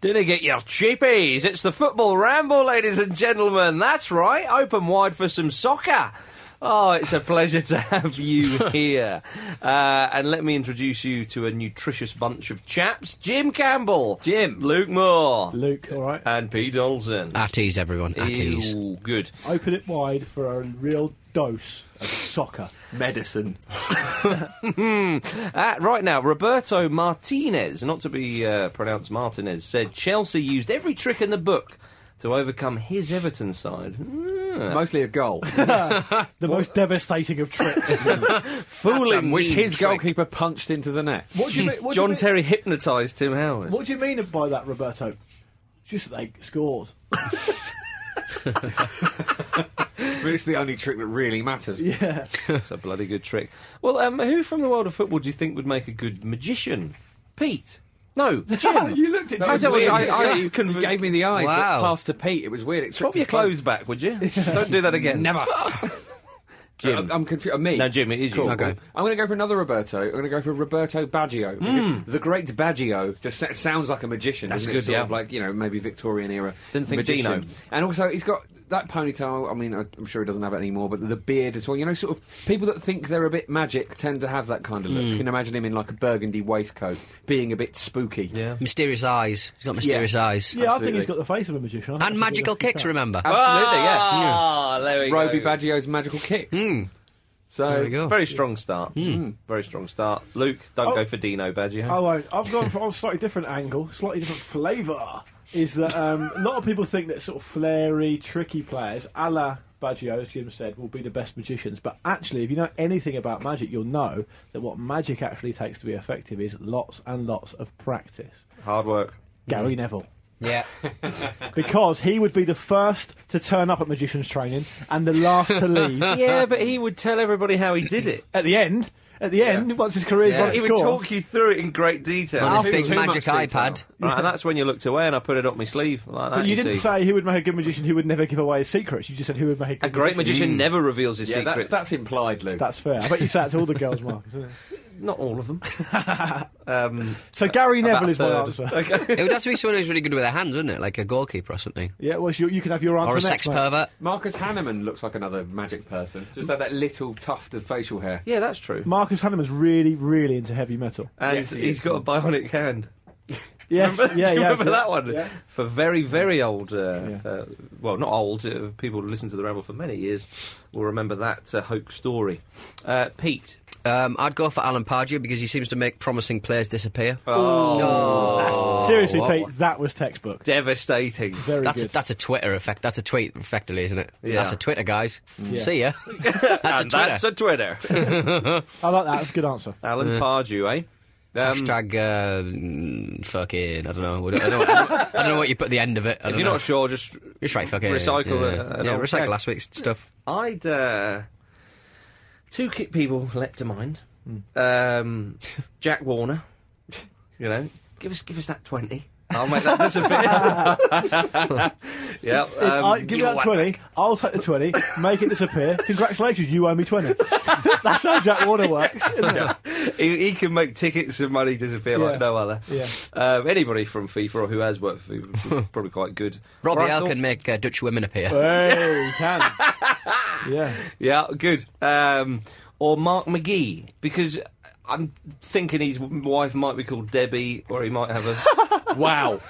Dinner get your cheapies. It's the football ramble, ladies and gentlemen. That's right. Open wide for some soccer. Oh, it's a pleasure to have you here. Uh, and let me introduce you to a nutritious bunch of chaps Jim Campbell, Jim, Ah, Luke Moore, Luke, all right. and P. Donaldson. At ease, everyone. At ease. Ew, good. Open it wide for a real dose of soccer. medicine. uh, right now, Roberto Martinez, not to be uh, pronounced Martinez, said Chelsea used every trick in the book to overcome his Everton side. Mm. Mostly a goal. The most devastating of tricks. Fooling which mean his trick. goalkeeper punched into the net. what do you mean? What John do you mean, Terry hypnotised Tim Howard. What do you mean by that, Roberto? Just that they scores. It's the only trick that really matters. Yeah. That's a bloody good trick. Well, um, who from the world of football do you think would make a good magician? Pete? No, Jim. you looked at No, I don't Jim. it was weird. know, I, I, yeah. you Conv- gave me the eyes, Wow. but passed to Pete. It was weird. It Swap tripped your his phone. clothes back, would you? Don't do that again. Never. Uh, Jim. I'm confused. Me? No, Jim, it is you. cool. Okay. I'm going to go for another Roberto. I'm going to go for Roberto Baggio. because The great Baggio just sa- sounds like a magician. Hmm. That's doesn't good, it? Sort yeah. of like you know maybe Victorian era Didn't think magician. Dino. And also he's got that ponytail. I mean, I- I'm sure he doesn't have it anymore, but the beard as well. You know, sort of people that think they're a bit magic tend to have that kind of Hmm. look. You can imagine him in like a burgundy waistcoat, being a bit spooky. Yeah. Mysterious eyes. He's got mysterious eyes. Yeah, I think he's Absolutely. got the face of a magician. I think And he's magical got the- kicks, remember? Absolutely, yeah. Hmm. Ah, there we Roby go. Hmm. Baggio's magical kick. So There we go. Very strong start. Very strong start. Luke, don't Hmm. Oh. go for Dino Baggio. I won't. Oh, I've gone for a slightly different angle, slightly different flavour. Is that um, a lot of people think that sort of flary, tricky players, a la Baggio, as Jim said, will be the best magicians. But actually, if you know anything about magic, you'll know that what magic actually takes to be effective is lots and lots of practice. Hard work. Gary Neville. Yeah. Because he would be the first to turn up at magician's training and the last to leave. Yeah, but he would tell everybody how he did it. At the end, at the end, once his career's Yeah. run He its would course, talk you through it in great detail. On his Too- big too much magic detail. iPad. Right, and that's when you looked away and I put it up my sleeve like that. But you didn't see. say who would make a good magician who would never give away his secrets. You just said who would make a good a great magician never reveals his yeah, that's secrets. that's implied, Luke. That's fair. I bet you said that to all the girls, Mark. isn't it? Not all of them. um, So Gary about Neville is my a answer. third. uh, Okay. It would have to be someone who's really good with their hands, wouldn't it? Like a goalkeeper or something. Yeah, well, you, you can have your answer Or a next, sex mate. pervert. Marcus Hanneman looks like another magic person. Just had that little tuft of facial hair. Yeah, that's true. Marcus Hanneman's really, really into heavy metal. And Yes, he he's is. got a bionic hand. Yes, Oh, remember, yeah, do you yeah, remember yeah. that one? Yeah. For very, very old, uh, Yeah. uh, well, not old, uh, people who listened to the Ramble for many years will remember that uh, hoax story. Uh, Pete. Um, I'd go for Alan Pardew because he seems to make promising players disappear. Oh, Seriously, what- Pete, that was textbook. devastating. Very That's a, good. that's a Twitter effect. That's a tweet, effectively, isn't it? Yeah. That's a Twitter, guys. Yeah. See ya. that's a And Twitter. That's a um, Twitter. I like that. That's a good answer. Alan Pardew, eh? Um, Hashtag uh, mm, fucking. I don't know. I don't, I don't, I don't- I don't know what you put at the end of it. I if don't you're know. not sure, just Just write fucking. recycle Yeah, a- an yeah old recycle tag. last week's stuff. I'd uh, two ki people leapt to mind. Hmm. Um, Jack Warner, you know, give us give us that twenty. I'll make that disappear. yeah, um, If I, give me that 20, I'll take the 20, make it disappear. Congratulations, you owe me 20. That's how Jack Warner works. isn't it? He, he can make tickets and money disappear Yeah. like no other. Yeah. Um, anybody from FIFA or who has worked for FIFA is probably quite good. Robbie Right, L thought- can make uh, Dutch women appear. Hey, you can. Yeah. Yeah, good. Um, or Mark McGee, because I'm thinking his wife might be called Debbie, or he might have a. Wow.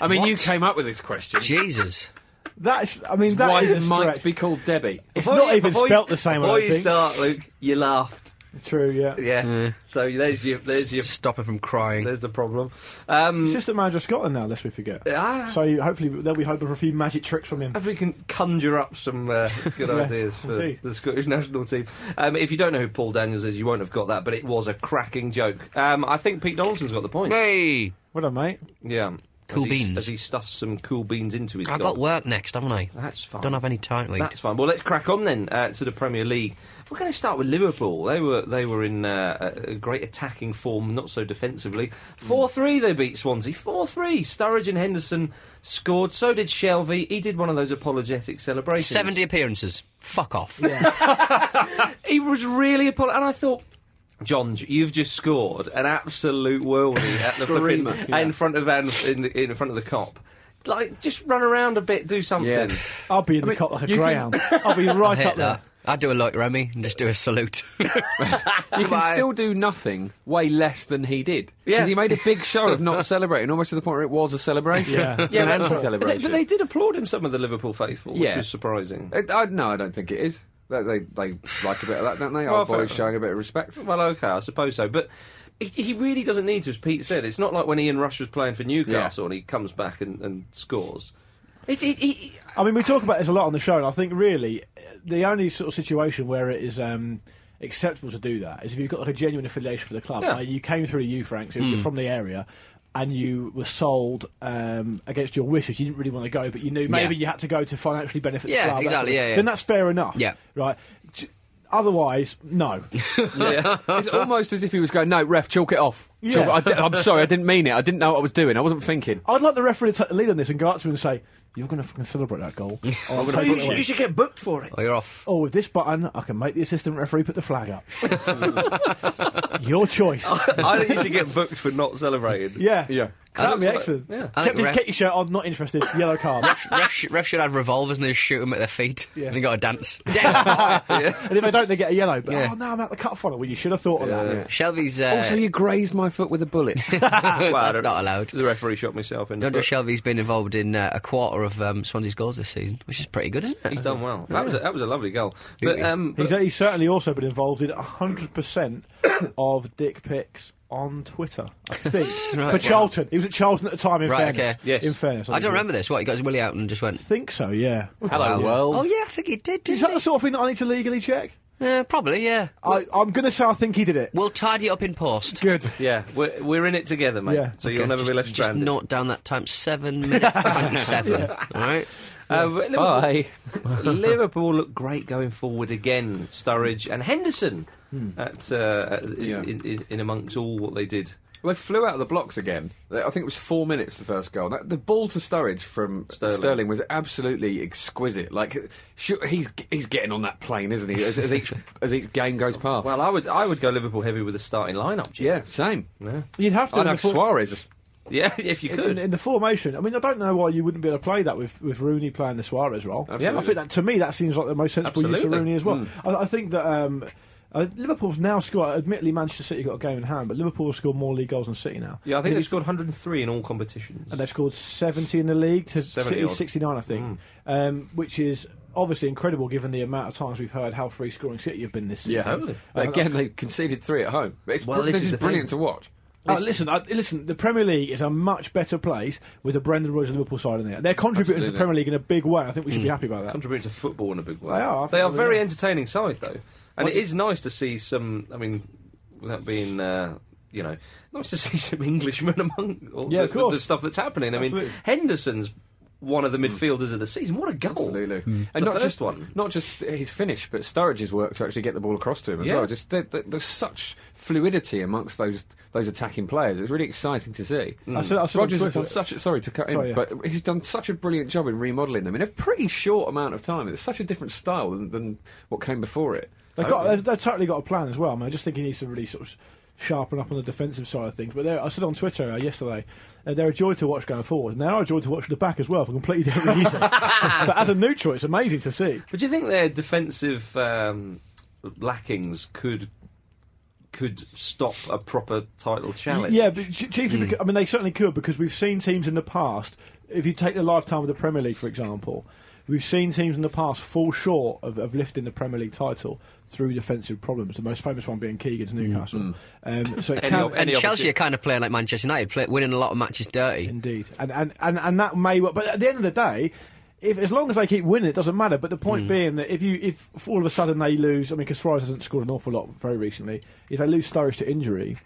I mean, you came up with this question. Jesus. That's. I mean, that Why is a might stretch. be called Debbie? It's Before not you- even before you- spelt the same. I Before don't you think. start, Luke, you laughed. True. Yeah. Yeah. So there's your there's your Stop her from crying. there's the problem. Um, He's just the manager of Scotland now, lest we forget. Ah. So you, hopefully they'll be hoping for a few magic tricks from him. if we can conjure up some uh, good Yeah, ideas for indeed. the Scottish national team. Um, if you don't know who Paul Daniels is, you won't have got that, but it was a cracking joke. Um, I think Pete Donaldson's got the point. Hey, What up, mate? Yeah. as Cool he, beans. As he stuffs some cool beans into his I goal. got work next, haven't I? That's fine. Don't have any time. Wait. That's fine. Well, let's crack on then uh, to the Premier League. We're going to start with Liverpool. They were they were in uh, a a great attacking form, not so defensively. Hmm. Four three, they beat Swansea. Four three. Sturridge and Henderson scored. So did Shelby. He did one of those apologetic celebrations. Seventy appearances. Fuck off. He was really apologetic, and I thought. John, you've just scored an absolute worldie at the flipping, Screamer, yeah. in front of Anf- in, the, in front of the cop. Like, just run around a bit, do something. Yeah. I'll be in the cot like a greyhound. I'll be I right hate up there. that. I'd do a like Remy and just do a salute. You can still do nothing way less than he did. Yeah. Because he made a big show of not celebrating, almost to the point where it was a celebration. Yeah. It's an but- But they, anti-celebration. but they did applaud him, some of the Liverpool faithful, which Yeah. was surprising. It- I, no, I don't think it is. They, they, they like a bit of that, don't they? Well, Our fair boys enough. showing a bit of respect. Well, okay, I suppose so. But he, he really doesn't need to, as Pete said. It's not like when Ian Rush was playing for Newcastle and he comes back and, and scores. It, it, he, I mean, we talk about this a lot on the show, and I think really uh, the only sort of situation where it is um, acceptable to do that is if you've got like a genuine affiliation for the club. Yeah. Like, you came through you, Frank, so you're Hmm. from the area. And you were sold um, against your wishes. You didn't really want to go, but you knew maybe Yeah. you had to go to financially benefit Yeah, the club. that sort exactly, of- yeah, yeah. Then that's fair enough. Yeah. Right. J- Otherwise, no. It's almost as if he was going, no, ref, chalk it off. Yeah. Chalk it- I di- I'm sorry, I didn't mean it. I didn't know what I was doing. I wasn't thinking. I'd like the referee to take the lead on this and go up to him and say, "You're going to fucking celebrate that goal." Or, "I'll take it away." should get booked for it. Oh, you're off. Oh, with this button, I can make the assistant referee put the flag up. Your choice. I think you should get booked for not celebrating. Yeah, Yeah. that'd Looks be like- excellent. yeah. Get, I think me- ref- get your shirt on. Not interested. Yellow card. ref, sh- ref should have revolvers and they just shoot them at their feet. Yeah. And they got to dance. Damn. and if they don't, they get a yellow. But Yeah. oh no, I'm out the cut funnel. Well, you should have thought of that. Shelby's. Uh, also, you grazed my foot with a bullet. Well, I that's don't- not allowed. The referee shot myself in the Nigel foot. Shelby's been involved in uh, a quarter of um, Swansea's goals this season, which is pretty good, isn't it? He's done well. That was a, that was a lovely goal. But, um, but He's, uh, he's certainly also been involved in 100 percent of dick pics on Twitter. I think Right, for wow. Charlton. He was at Charlton at the time. In Right, fairness, okay. Yes. in fairness, I think don't he- remember this. What, he got his willy out and just went, Think so. Yeah. Hello, world. Oh, yeah, I think he did, Is didn't that the sort of thing that I need to legally check? he? Uh, probably, yeah. I, I'm going to say I think he did it. We'll tidy it up in post. Good. yeah, we're, we're in it together, mate. Yeah. So you'll never just, be left just stranded. note down that time. Seven minutes, 27. All right? Uh, but Liverpool- Liverpool look great going forward again. Sturridge and Henderson at, uh, at- in- Yeah. in, in, in amongst all what they did. Well, they flew out of the blocks again. They- I think it was four minutes the first goal. That, the ball to Sturridge from Sterling. Sterling, was absolutely exquisite. Like sure, he's he's getting on that plane, isn't he? As, as each as each game goes past. Well, I would I would go Liverpool heavy with a starting lineup. Jim. yeah, same. Yeah. You'd have to. I in know the full- Suarez. yeah, if you in, in, could. in the formation. I mean, I don't know why you wouldn't be able to play that with, with Rooney playing the Suarez role. Yeah, I Absolutely. think that to me that seems like the most sensible use Absolutely. Hmm. of Rooney as well. I, I think that. Um, uh, Liverpool's now scored. Admittedly, Manchester City got a game in hand, but Liverpool have scored more league goals than City now. Yeah, I think they scored 103 in all competitions. and they've scored 70 in the league to 70 City odd. Hmm. 69, I think, um, which is obviously incredible given the amount of times we've heard how free scoring City have been this season. Uh, Yeah, Totally. But again, they conceded three at home. It's Well, br- this this, is is, the thing. brilliant to watch. Oh, listen, I, listen. The Premier League is a much better place with a Brendan Rodgers Liverpool side in there. They're contributors to the Absolutely. Premier League in a big way. and I think we should be happy about that. Contributing to football in a big way. They are, I They are think they very are. entertaining side, though, and What's- it is nice to see some. I mean, without being. Uh, you know, nice to see some Englishmen among all Yeah, the, of the, course. the stuff that's happening. I mean, Absolutely. Henderson's one of the midfielders of the season. What a goal! Absolutely, And not not just just one. not just his finish, but Sturridge's work to actually get the ball across to him as Yeah. well. Just there- there- there's such fluidity amongst those those attacking players. It's really exciting to see. Mm. I said- I said on Rogers has Twitter- done such a, sorry to cut in, Sorry, yeah. but he's done such a brilliant job in remodelling them in a pretty short amount of time. It's such a different style than, than what came before it. They've got, they've, they've totally got a plan as well. I mean, I just think he needs to really sort of sharpen up on the defensive side of things. But they're- I said on Twitter uh, yesterday, uh, they're a joy to watch going forward. And they are a joy to watch at the back as well for completely different reasons. but as a neutral, it's amazing to see. But do you think their defensive um, lackings could could stop a proper title challenge. Hmm. Yeah, but ch- chiefly because I mean they certainly could because we've seen teams in the past. If you take the lifetime of the Premier League, for example, we've seen teams in the past fall short of, of lifting the Premier League title through defensive problems. The most famous one being Keegan's Newcastle. Um, so it Hmm. Any can, of- And Any Chelsea opportu- are kind of playing like Manchester United, play, winning a lot of matches dirty. Indeed, and and, and and that may well. But at the end of the day, if as long as they keep winning, it doesn't matter. But the point Mm. being that if you if all of a sudden they lose, I mean, because hasn't scored an awful lot very recently. If they lose Sturridge to injury,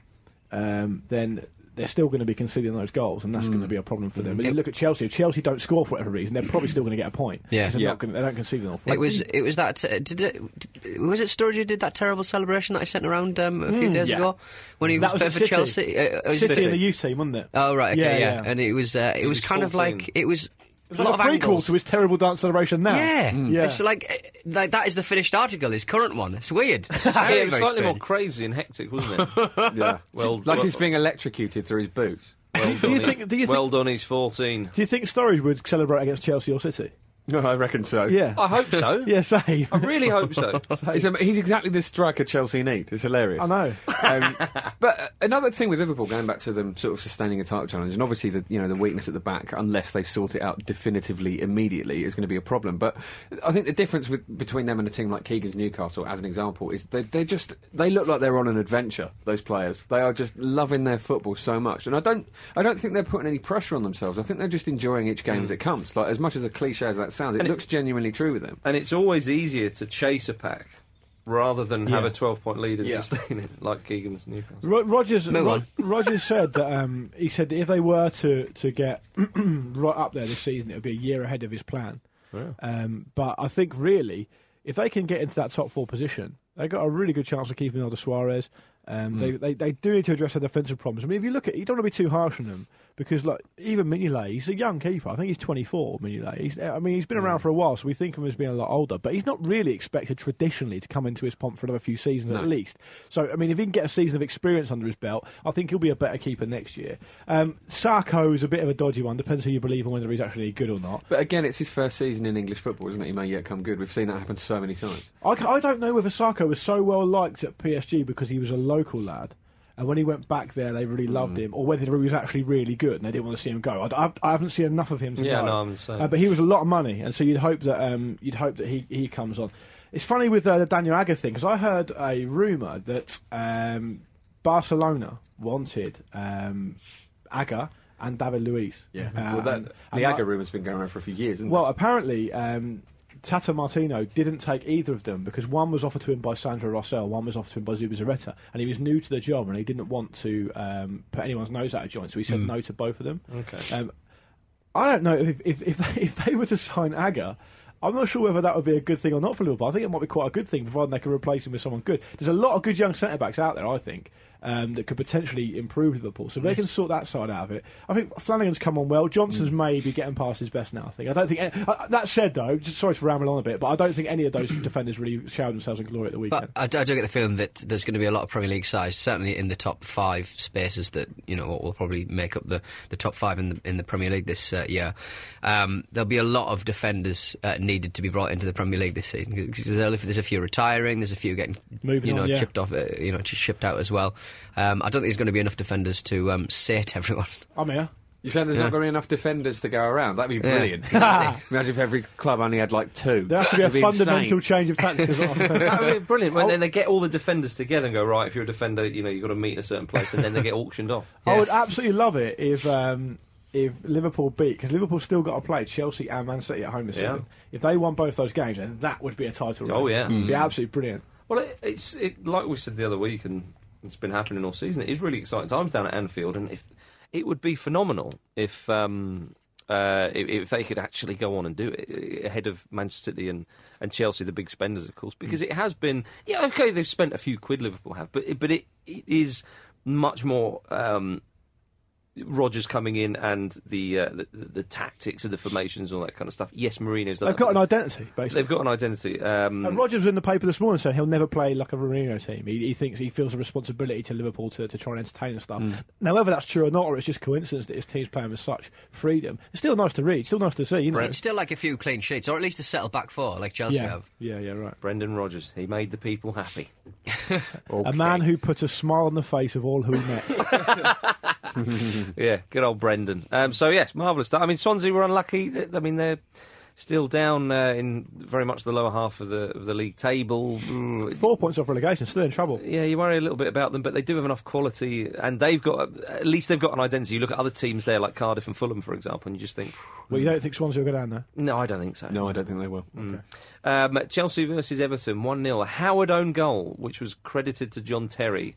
um, then. They're still going to be conceding those goals, and that's Mm. going to be a problem for them. But you look at Chelsea. If Chelsea don't score for whatever reason, they're probably still going to get a point. Yeah. 'cause they're Yeah. not gonna- they don't concede an awful lot. It was it was that uh, did it did- was it Sturridge who did that terrible celebration that I sent around um, a few days yeah. ago when he That was was playing at for City. Chelsea. Uh, it was- City and the youth team, wasn't it? Oh right, okay, yeah, yeah. and it was uh, it was was kind of 14. like it was, It was a like lot a of prequel angles. to his Mm. terrible dance celebration. Now, yeah. yeah. it's like uh, like that is the finished article. His current one. It's weird. It's Yeah, very, it was very slightly more strange. crazy and hectic, wasn't it? yeah. Well- like well- he's being electrocuted through his boots. well Do you done, think- he- do you think- well done, he's 14. Do you think Sturridge would celebrate against Chelsea or City? No, I reckon so. Yeah, I hope so. yeah, same. I really hope so. He's, um, he's exactly the striker Chelsea need. It's hilarious. I know. Um, but uh, another thing with Liverpool, going back to them sort of sustaining a title challenge, and obviously the you know the weakness at the back, unless they sort it out definitively immediately, is going to be a problem. But I think the difference with, between them and a team like Keegan's Newcastle, as an example, is they they just they look like they're on an adventure. Those players, they are just loving their football so much, and I don't I don't think they're putting any pressure on themselves. I think they're just enjoying each game as it comes. Like as much as a cliche as that sounds, it looks genuinely true with them. And it's always easier to chase a pack rather than have Yeah. a 12 point lead and Yeah. sustain it, like Keegan's Newcastle. Ro- Rogers, Move Ro- on. Rogers said that um, he said that if they were to to get right up there this season, it would be a year ahead of his plan. Um, but I think really, if they can get into that top four position, they got a really good chance of keeping Aldo Suarez. Um, they, they they do need to address their defensive problems. I mean, if you look at, you don't want to be too harsh on them because like even Mignolet, he's a young keeper. I think he's 24. Mignolet, he's, I mean, he's been around for a while, so we think of him as being a lot older. But he's not really expected traditionally to come into his pomp for another few seasons at least. So I mean, if he can get a season of experience under his belt, I think he'll be a better keeper next year. Um, Sarko's a bit of a dodgy one. Depends who you believe and whether he's actually good or not. But again, it's his first season in English football, isn't it? He may yet come good. We've seen that happen so many times. I, ca- I don't know whether Sarko was so well liked at PSG because he was a local lad, and when he went back there, they really loved Hmm. him, or whether he was actually really good and they didn't want to see him go. I, I, I haven't seen enough of him. To Yeah, know. no, I'm the same. Uh, but he was a lot of money, and so you'd hope that um, you'd hope that he, he comes on. It's funny with uh, the Daniel Agger thing because I heard a rumor that um, Barcelona wanted um, Agger and David Luiz. Um, well, that, the Aga rumour's been going around for a few years, isn't Well, apparently, um, Tata Martino didn't take either of them because one was offered to him by Sandra Rossell, one was offered to him by Zuba Zaretta, and he was new to the job and he didn't want to um, put anyone's nose out of joint, so he said no to both of them. Okay. Um, I don't know if if if they, if they were to sign Agger. I'm not sure whether that would be a good thing or not for Liverpool. I think it might be quite a good thing, provided they can replace him with someone good. There's a lot of good young centre backs out there, I think, um, that could potentially improve Liverpool. So if they can sort that side out of it, I think Flanagan's come on well. Johnson's maybe getting past his best now. I think. I don't think. Uh, that said, though, just sorry to ramble on a bit, but I don't think any of those defenders really showered themselves in glory at the But weekend. I, do- I do get the feeling that there's going to be a lot of Premier League sides, certainly in the top five spaces that you know will probably make up the, the top five in the in the Premier League this uh, year. Um, there'll be a lot of defenders uh, needed to be brought into the Premier League this season because there's, a- there's a few retiring, there's a few getting Moving you know on, yeah. chipped off, uh, you know ch- shipped out as well. Um, I don't think there's going to be enough defenders to um, sate everyone. I'm here. You're saying there's not going to be enough defenders to go around? That'd be Yeah, brilliant. Imagine if every club only had like two. There has to be a It'd fundamental insane. change of tactics. as well. That would be brilliant. When then they get all the defenders together and go, right, if you're a defender, you know, you've got to meet in a certain place, and then they get auctioned off. I would absolutely love it if um, if Liverpool beat because Liverpool still got to play Chelsea and Man City at home this Yeah. season. If they won both those games, then that would be a title. Oh, run. yeah. It'd Mm. be absolutely brilliant. Well, it, it's it, like we said the other week, and it's been happening all season. It is really exciting times down at Anfield, and if it would be phenomenal if um, uh, if, if they could actually go on and do it uh, ahead of Manchester City and, and Chelsea, the big spenders, of course, because it has been yeah okay they've spent a few quid Liverpool have, but it- but it, it is much more. Um, Rogers coming in and the, uh, the the tactics of the formations, all that kind of stuff. Yes, Marino's done They've it. got an identity, basically. They've got an identity. Um, And Rogers was in the paper this morning saying he'll never play like a Mourinho team. He, he thinks he feels a responsibility to Liverpool to, to try and entertain and stuff. Mm. Now, whether that's true or not, or it's just coincidence that his team's playing with such freedom, it's still nice to read, still nice to see, you know. It's still like a few clean sheets, or at least a settled back four, like Chelsea yeah. have. yeah, yeah, right. Brendan Rogers, he made the people happy. A man who put a smile on the face of all who he met. Yeah, good old Brendan. Um, so yes, marvellous stuff. I mean, Swansea were unlucky. Th- I mean, they're still down uh, in very much the lower half of the of the league table. Mm, Four points off relegation, still in trouble. Yeah, you worry a little bit about them, but they do have enough quality, and they've got at least they've got an identity. You look at other teams there, like Cardiff and Fulham, for example, and you just think, Well, you don't think Swansea will go down there? no, I don't think so. No, I don't think they will. Um, Chelsea versus Everton, one 0 Howard own goal, which was credited to John Terry.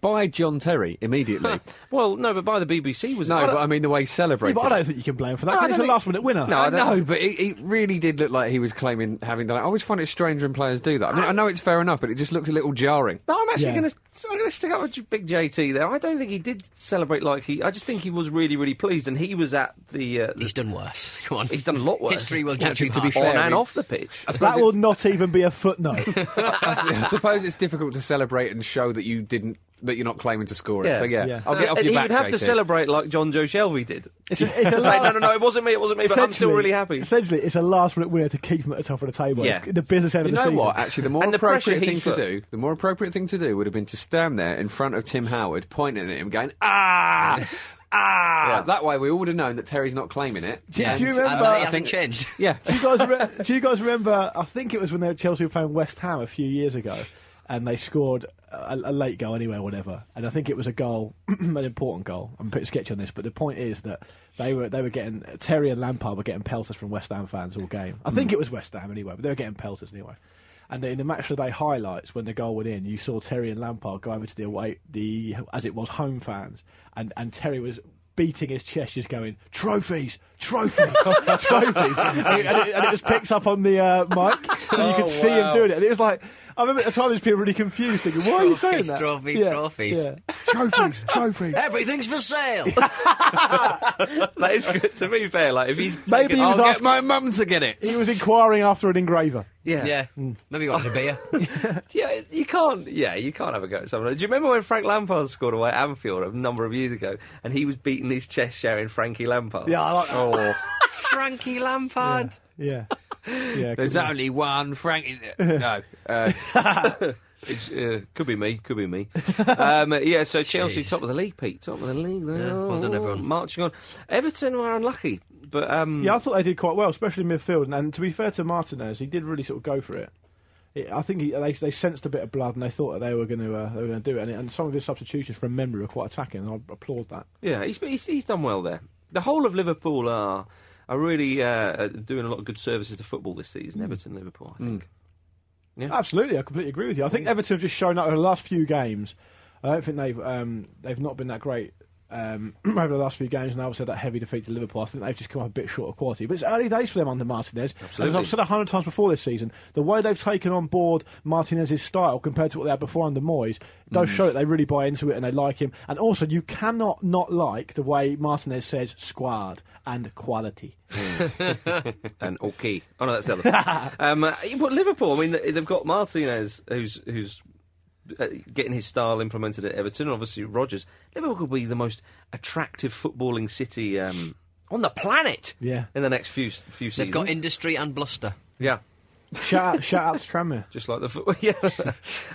By John Terry immediately. Well, no, but by the BBC was no, I but don't- I mean the way he Yeah, celebrated. but I don't think you can blame him for that. No, I 'cause it's a don't think- last minute winner. No, I no. know, but it, it really did look like he was claiming having done it. I always find it strange when players do that. I mean, I know it's fair enough, but it just looks a little jarring. No, I'm actually Yeah. going to I'm going to stick up with J- Big JT there. I don't think he did celebrate like he. I just think he was really really pleased, and he was at the. Uh, the- He's done worse. Come on. He's done a lot worse. History will judge Actually, him to be harshly. fair, on and he- off the pitch. That will not even be a footnote. I, s- I suppose it's difficult to celebrate and show that you didn't, that you're not claiming to score it. Yeah. So yeah, Yeah. I'll get off and your he back. would have to JT. celebrate like John Joe Shelby did. It's a, it's a Say, la- no, no, no, it wasn't me, it wasn't me, but I'm still Essentially- really happy. Essentially, it's a last minute winner to keep them at the top of the table. Yeah. The business end You of the know season. what? Actually, the more And the pressure appropriate he thing put- to do, the more appropriate thing to do would have been to stand there in front of Tim Howard, pointing at him, going ah. Ah, Yeah. that way we all would have known that Terry's not claiming it. Do- Yeah. do you And remember- He I hasn't think- changed. Yeah, do you guys re- do you guys remember? I think it was when they were Chelsea were playing West Ham a few years ago, and they scored a, a late goal anyway, whatever. And I think it was a goal, an important goal. I'm a bit sketchy on this, but the point is that they were they were getting Terry and Lampard were getting pelters from West Ham fans all game. I think it was West Ham anyway, but they were getting pelters anyway. And in the match today highlights, when the goal went in, you saw Terry and Lampard go over to the away, the as it was home fans, and, and Terry was beating his chest, just going trophies, trophies, trophies, and, it, and it was picked up on the uh, mic, and you Oh, could see him doing it. And it was like, I remember at the time, I was being really confused, thinking, "Why are you saying Trophies, that?" trophies, trophies. trophies, trophies. Everything's for sale. that is good. To be fair, like if he's Maybe taken- he was I'll get get my mum to get it. He was inquiring after an engraver. yeah. yeah. Maybe he wanted a beer. Yeah, you can't. Yeah, you can't have a go at someone. Do you remember when Frank Lampard scored away at Anfield a number of years ago, and he was beating his chest, shouting "Frankie Lampard"? Yeah, I like that. Oh, Frankie Lampard. Yeah, yeah. there's cool. only one Frankie. No, uh, It's, uh, could be me, could be me. um, yeah, so Chelsea Jeez. top of the league, Pete, top of the league. Oh, well done, everyone. Marching on. Everton were unlucky, but um, Yeah, I thought they did quite well, especially in midfield. And, and to be fair to Martinez, he did really sort of go for it. It- I think he, they, they sensed a bit of blood, and they thought that they were going to uh, they were going to do it. And, and some of his substitutions, from memory, were quite attacking. And I applaud that. yeah, he's, he's he's done well there. The whole of Liverpool are are really uh, uh, doing a lot of good services to football this season. Hmm. Everton, Liverpool, I think. Absolutely, I completely agree with you. I think Everton have just shown up over the last few games. I don't think they've um, they've not been that great um, over the last few games, and obviously that heavy defeat to Liverpool. I think they've just come up a bit short of quality. But it's early days for them under Martinez. And Absolutely. as I've said a hundred times before this season, the way they've taken on board Martinez's style compared to what they had before under Moyes does Mm. show that they really buy into it and they like him. And also, you cannot not like the way Martinez says squad and quality. and okay. Oh no, that's the other. um, uh, but Liverpool, I mean, they- they've got Martinez, who's who's uh, getting his style implemented at Everton. and Obviously, Rogers. Liverpool could be the most attractive footballing city um, on the planet. Yeah. In the next few few seasons, They've got industry and bluster. yeah. shout out, shout out to Tranmere. Just like the foot. yeah.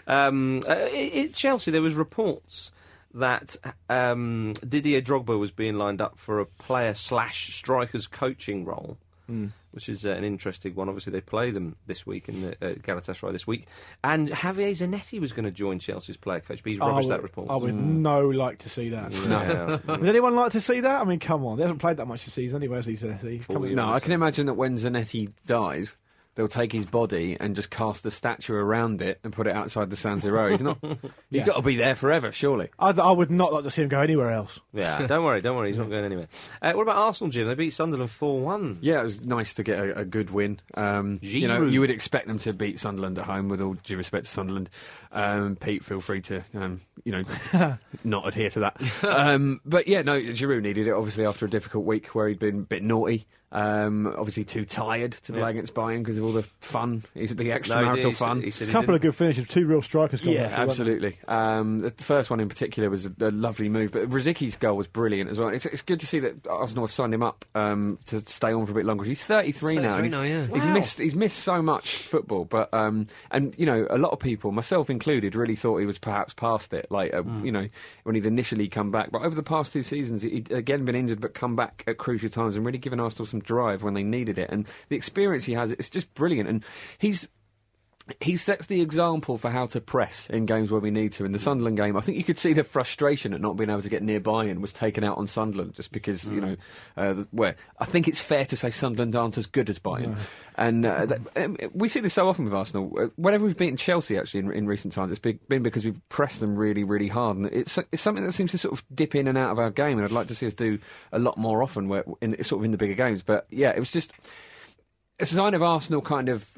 um, uh, i- at Chelsea, there was reports that um, Didier Drogba was being lined up for a player slash strikers coaching role. Hmm. Which is uh, an interesting one. Obviously, they play them this week in the, uh, Galatasaray this week, and Javier Zanetti was going to join Chelsea's player coach, but he's I rubbish would, that report. Mm. I would no like to see that. no, Would anyone like to see that? I mean, come on. They haven't played that much this season anyway, has he? Zanetti? Come on. no, I can imagine that when Zanetti dies, they'll take his body and just cast the statue around it and put it outside the San Siro. He's not. He's got to be there forever, surely. I, I would not like to see him go anywhere else. Yeah, don't worry, don't worry. He's not going anywhere. Uh, what about Arsenal, Jim? They beat Sunderland 4 1. Yeah, it was nice to get a, a good win. Um, you know, Giroud. you would expect them to beat Sunderland at home. With all due respect to Sunderland, um, Pete, feel free to um, you know not adhere to that. Um, but yeah, no, Giroud needed it obviously after a difficult week where he'd been a bit naughty. Um, obviously too tired to play against Bayern because of all the fun, he's- the extramarital fun. He said A he couple of didn't- good finishes, two real strikers. gone Yeah, there for one. absolutely. Um, the the first one in particular was a, a lovely move, but Rizicki's goal was brilliant as well. It's, it's good to see that Arsenal have signed him up um, to stay on for a bit longer. He's 33 now. 33 and now, yeah. He's missed. He's missed so much football, but um, and you know, a lot of people, myself included, really thought he was perhaps past it. Like uh, Mm. you know, when he'd initially come back, but over the past two seasons, he'd again been injured, but come back at crucial times and really given Arsenal some drive when they needed it. And the experience he has, it's just brilliant. And he's he sets the example for how to press in games where we need to. In the Sunderland game, I think you could see the frustration at not being able to get nearby and was taken out on Sunderland just because you know uh, the- where I think it's fair to say Sunderland aren't as good as Bayern, and uh, that, um, we see this so often with Arsenal. Uh, Whenever we've beaten Chelsea, actually in, in recent times, it's been been because we've pressed them really, really hard, and it's it's something that seems to sort of dip in and out of our game. And I'd like to see us do a lot more often, where in sort of in the bigger games. But yeah, it was just it's a sign of Arsenal kind of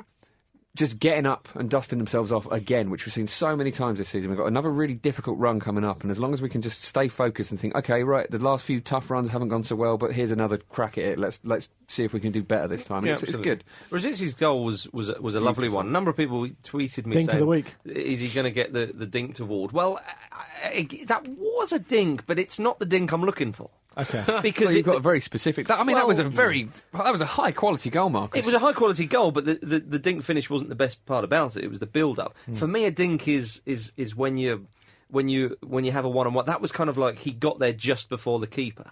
just getting up and dusting themselves off again, which we've seen so many times this season. We've got another really difficult run coming up, and as long as we can just stay focused and think, okay, right, the last few tough runs haven't gone so well, but here's another crack at it. Let's let's see if we can do better this time. Yeah, it's, it's absolutely. good. Rosicki's goal was was a, was a lovely one. A number of people tweeted me Dink of saying, the week. "Is he going to get the the dinked award?" Well, I, I, that was a dink, but it's not the dink I'm looking for. Okay. because Because you've it, got a very specific. That, I mean, that was a Well- very that was a high quality goal, Marcus. It was a high quality goal, but the, the, the dink finish wasn't the best part about it. It was the build up. Hmm. For me, a dink is is is when you when you when you have a one on one. That was kind of like he got there just before the keeper.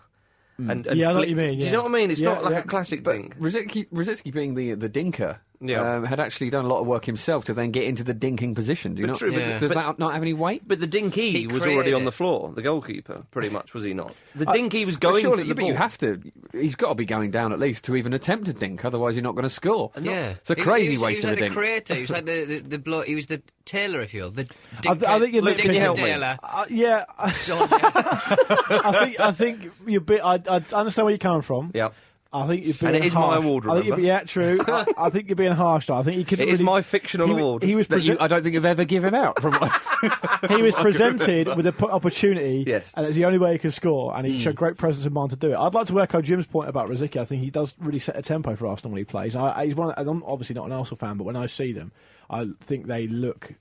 And, and Hmm. Yeah, I know what you flicked- mean, Do you yeah. know what I mean? It's Yeah, not like yeah. a classic But dink. Rosicki, Rosicki being the the dinker, Yeah. um, had actually done a lot of work himself to then get into the dinking position. Do you But not? true, but- Yeah. Does but- that not have any weight? But the dinky He was already created on the it. floor. The goalkeeper, pretty much, was he not? The dinky was But going surely, for the but you ball. have to. He's got to be going down at least to even attempt a dink, otherwise you're not going to score. Yeah, it's a He was- crazy he was, waste he was of a like dink. the creator. He was like the the, the bloke. He was the tailor, if you will. The I, th- I think you're Dick- can you Dick help me? Taylor. Uh, yeah, I, Soldier. I think I think you're a bit. I, I understand where you're coming from. Yeah. I think you're being And it is my harsh. award, I think you're, remember? be- yeah, true. I, I think you're being harsh. Though. I think he could. It really, is my fictional he, wa- award. He was that you, presen- I don't think you've ever given out. From what, he was presented with an opportunity, Yes. and it's the only way he could score. And he showed great presence of mind to do it. I'd like to work on Jim's point about Rizicki. I think he does really set a tempo for Arsenal when he plays. I, I- he's one. And I'm obviously not an Arsenal fan, but when I see them, I think they look.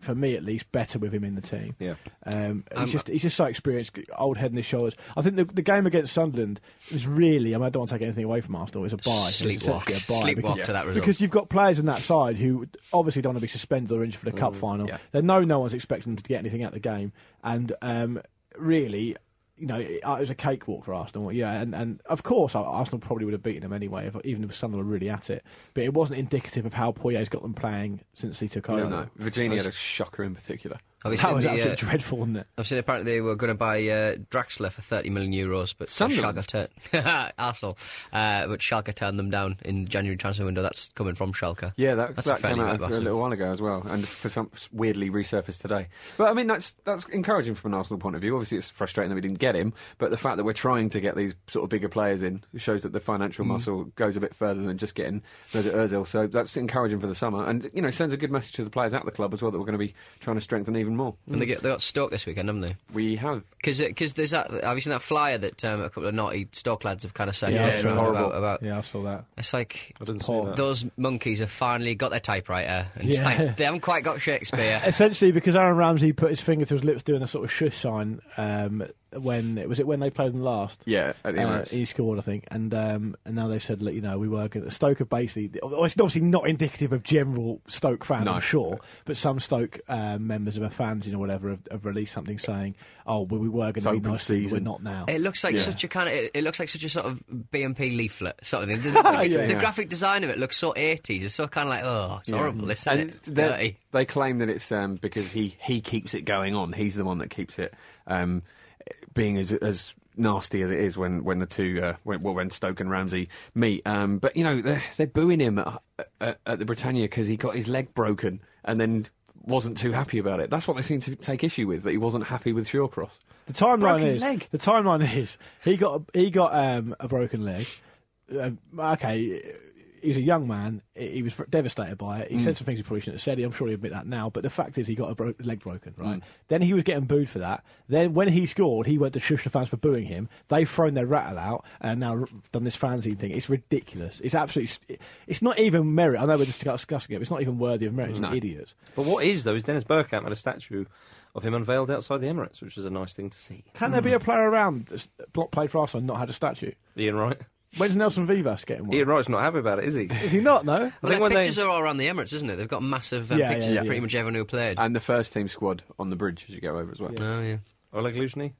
For me, at least, better with him in the team. Yeah. um, he's I'm- just he's just so experienced, old head in his shoulders. I think the, the game against Sunderland was really. I mean, I don't want to take anything away from Arsenal. It was a bye. Sleepwalked. It's essentially a bye Sleepwalked to that result. because you've got players in that side who obviously don't want to be suspended or injured for the Mm, cup final. yeah. They know no one's expecting them to get anything out of the game, and um, really, you know, it, it was a cakewalk for Arsenal. Yeah, and, and of course, Ar- Arsenal probably would have beaten them anyway, if, even if Sunderland were really at it. But it wasn't indicative of how Poyet's got them playing since he took over. no, Virginia had a shocker in particular. Obviously, That was the, uh, absolutely dreadful, wasn't it? I've seen apparently they were going to buy uh, Draxler for 30 million euros, but Sunderland? Schalke turned Arsenal, uh, but Schalke turned them down in January transfer window. That's coming from Schalke. Yeah, that, That's that a fairly came out bad a bastard. little while ago as well, and for some weirdly resurfaced today. But I mean, that's that's encouraging from an Arsenal point of view. Obviously, it's frustrating that we didn't get him, but the fact that we're trying to get these sort of bigger players in shows that the Mm. financial muscle goes a bit further than just getting those at Özil. So that's encouraging for the summer, and you know sends a good message to the players at the club as well that we're going to be trying to strengthen even more. And they, get, they got Stoke this weekend, haven't they? We have Because uh, there's that, have you seen that flyer that um, a couple of naughty Stoke lads have kind of said Yeah, it's horrible. about? about Yeah, I saw that. It's like I didn't see that. those monkeys have finally got their typewriter and Yeah. typed- they haven't quite got Shakespeare. Essentially, because Aaron Ramsey put his finger to his lips doing a sort of shush sign um, when was it when they played them last? yeah at the Uh, Emirates. he scored, I think, and um, and now they've said, look, you know, we were going. Stoke are basically. oh, It's obviously not indicative of general Stoke fans, No. I'm sure, but some Stoke uh, members of our fans, you know, whatever, have, have released something saying, "Oh, well, we were going It's to be open nice, but we're season. not now." It looks like Yeah. such a kind of. It, it looks like such a sort of BMP leaflet sort of thing. doesn't it? Because Yeah. the Yeah. graphic design of it looks so 80s. It's so kind of like, oh, it's horrible. This And it. It's they- dirty. They claim that it's um, because he, he keeps it going on. He's the one that keeps it um, being as as nasty as it is when when the two uh, when, well, when Stoke and Ramsey meet. Um, but you know they're, they're booing him at, at, at the Britannia because he got his leg broken and then wasn't too happy about it. That's what they seem to take issue with that he wasn't happy with Shawcross. The Broke timeline his is leg. the timeline is he got he got um, a broken leg. Um, okay, he was a young man. He he was devastated by it. He said some things he probably shouldn't have said. I'm sure he admit that now. But the fact is, he got a bro- leg broken. Right. Then he was getting booed for that. Then when he scored, he went to shush the fans for booing him. They've thrown their rattle out and now r- done this fanzine thing. It's ridiculous. It's absolutely. s- It's not even merit. I know we're just discussing it. But it's not even worthy of merit. It's No. idiots. But what is though is Dennis Burkamp had a statue of him unveiled outside the Emirates, which is a nice thing to see. Can there be a player around that's blo- played for Arsenal and not had a statue? Ian Wright. When's Nelson Vivas getting one? Ian Wright's not happy about it, is he? Is he not? No. I Their think when they- pictures are all around the Emirates, isn't it? They've got massive uh, Yeah, pictures yeah, of yeah. pretty much everyone who played. And the first team squad on the bridge as you go over as well. Yeah, oh yeah. Oleg Luzhny.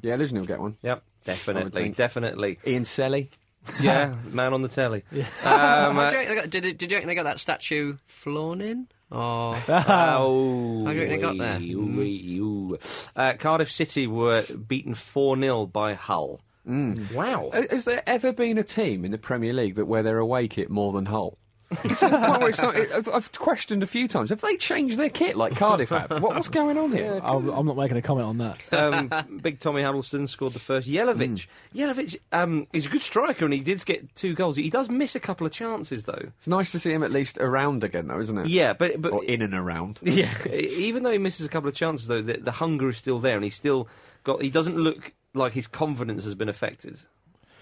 yeah Lujan will get one. Yep, definitely, think. definitely. Ian Selly. Yeah, man on the telly. Um, How uh, do you reckon they got, did, did you reckon they got that statue flown in? Or uh, How How do you reckon they got there? Uh, Cardiff City were beaten 4 0 by Hull. Wow. Uh, Has there ever been a team in the Premier League that wear their away kit more than Hull? It's like, well, it's not- it- I've questioned a few times. Have they changed their kit like Cardiff have? What, what's going on here? I'm, I'm not making a comment on that. um, Big Tommy Huddleston scored the first. Yelovich. Yelovich um, is a good striker and he did get two goals. He does miss a couple of chances, though. It's nice to see him at least around again, though, isn't it? Yeah, but. but Or in and around. Yeah, even though he misses a couple of chances, though, the, the hunger is still there, and he's still got. He doesn't look like his confidence has been affected.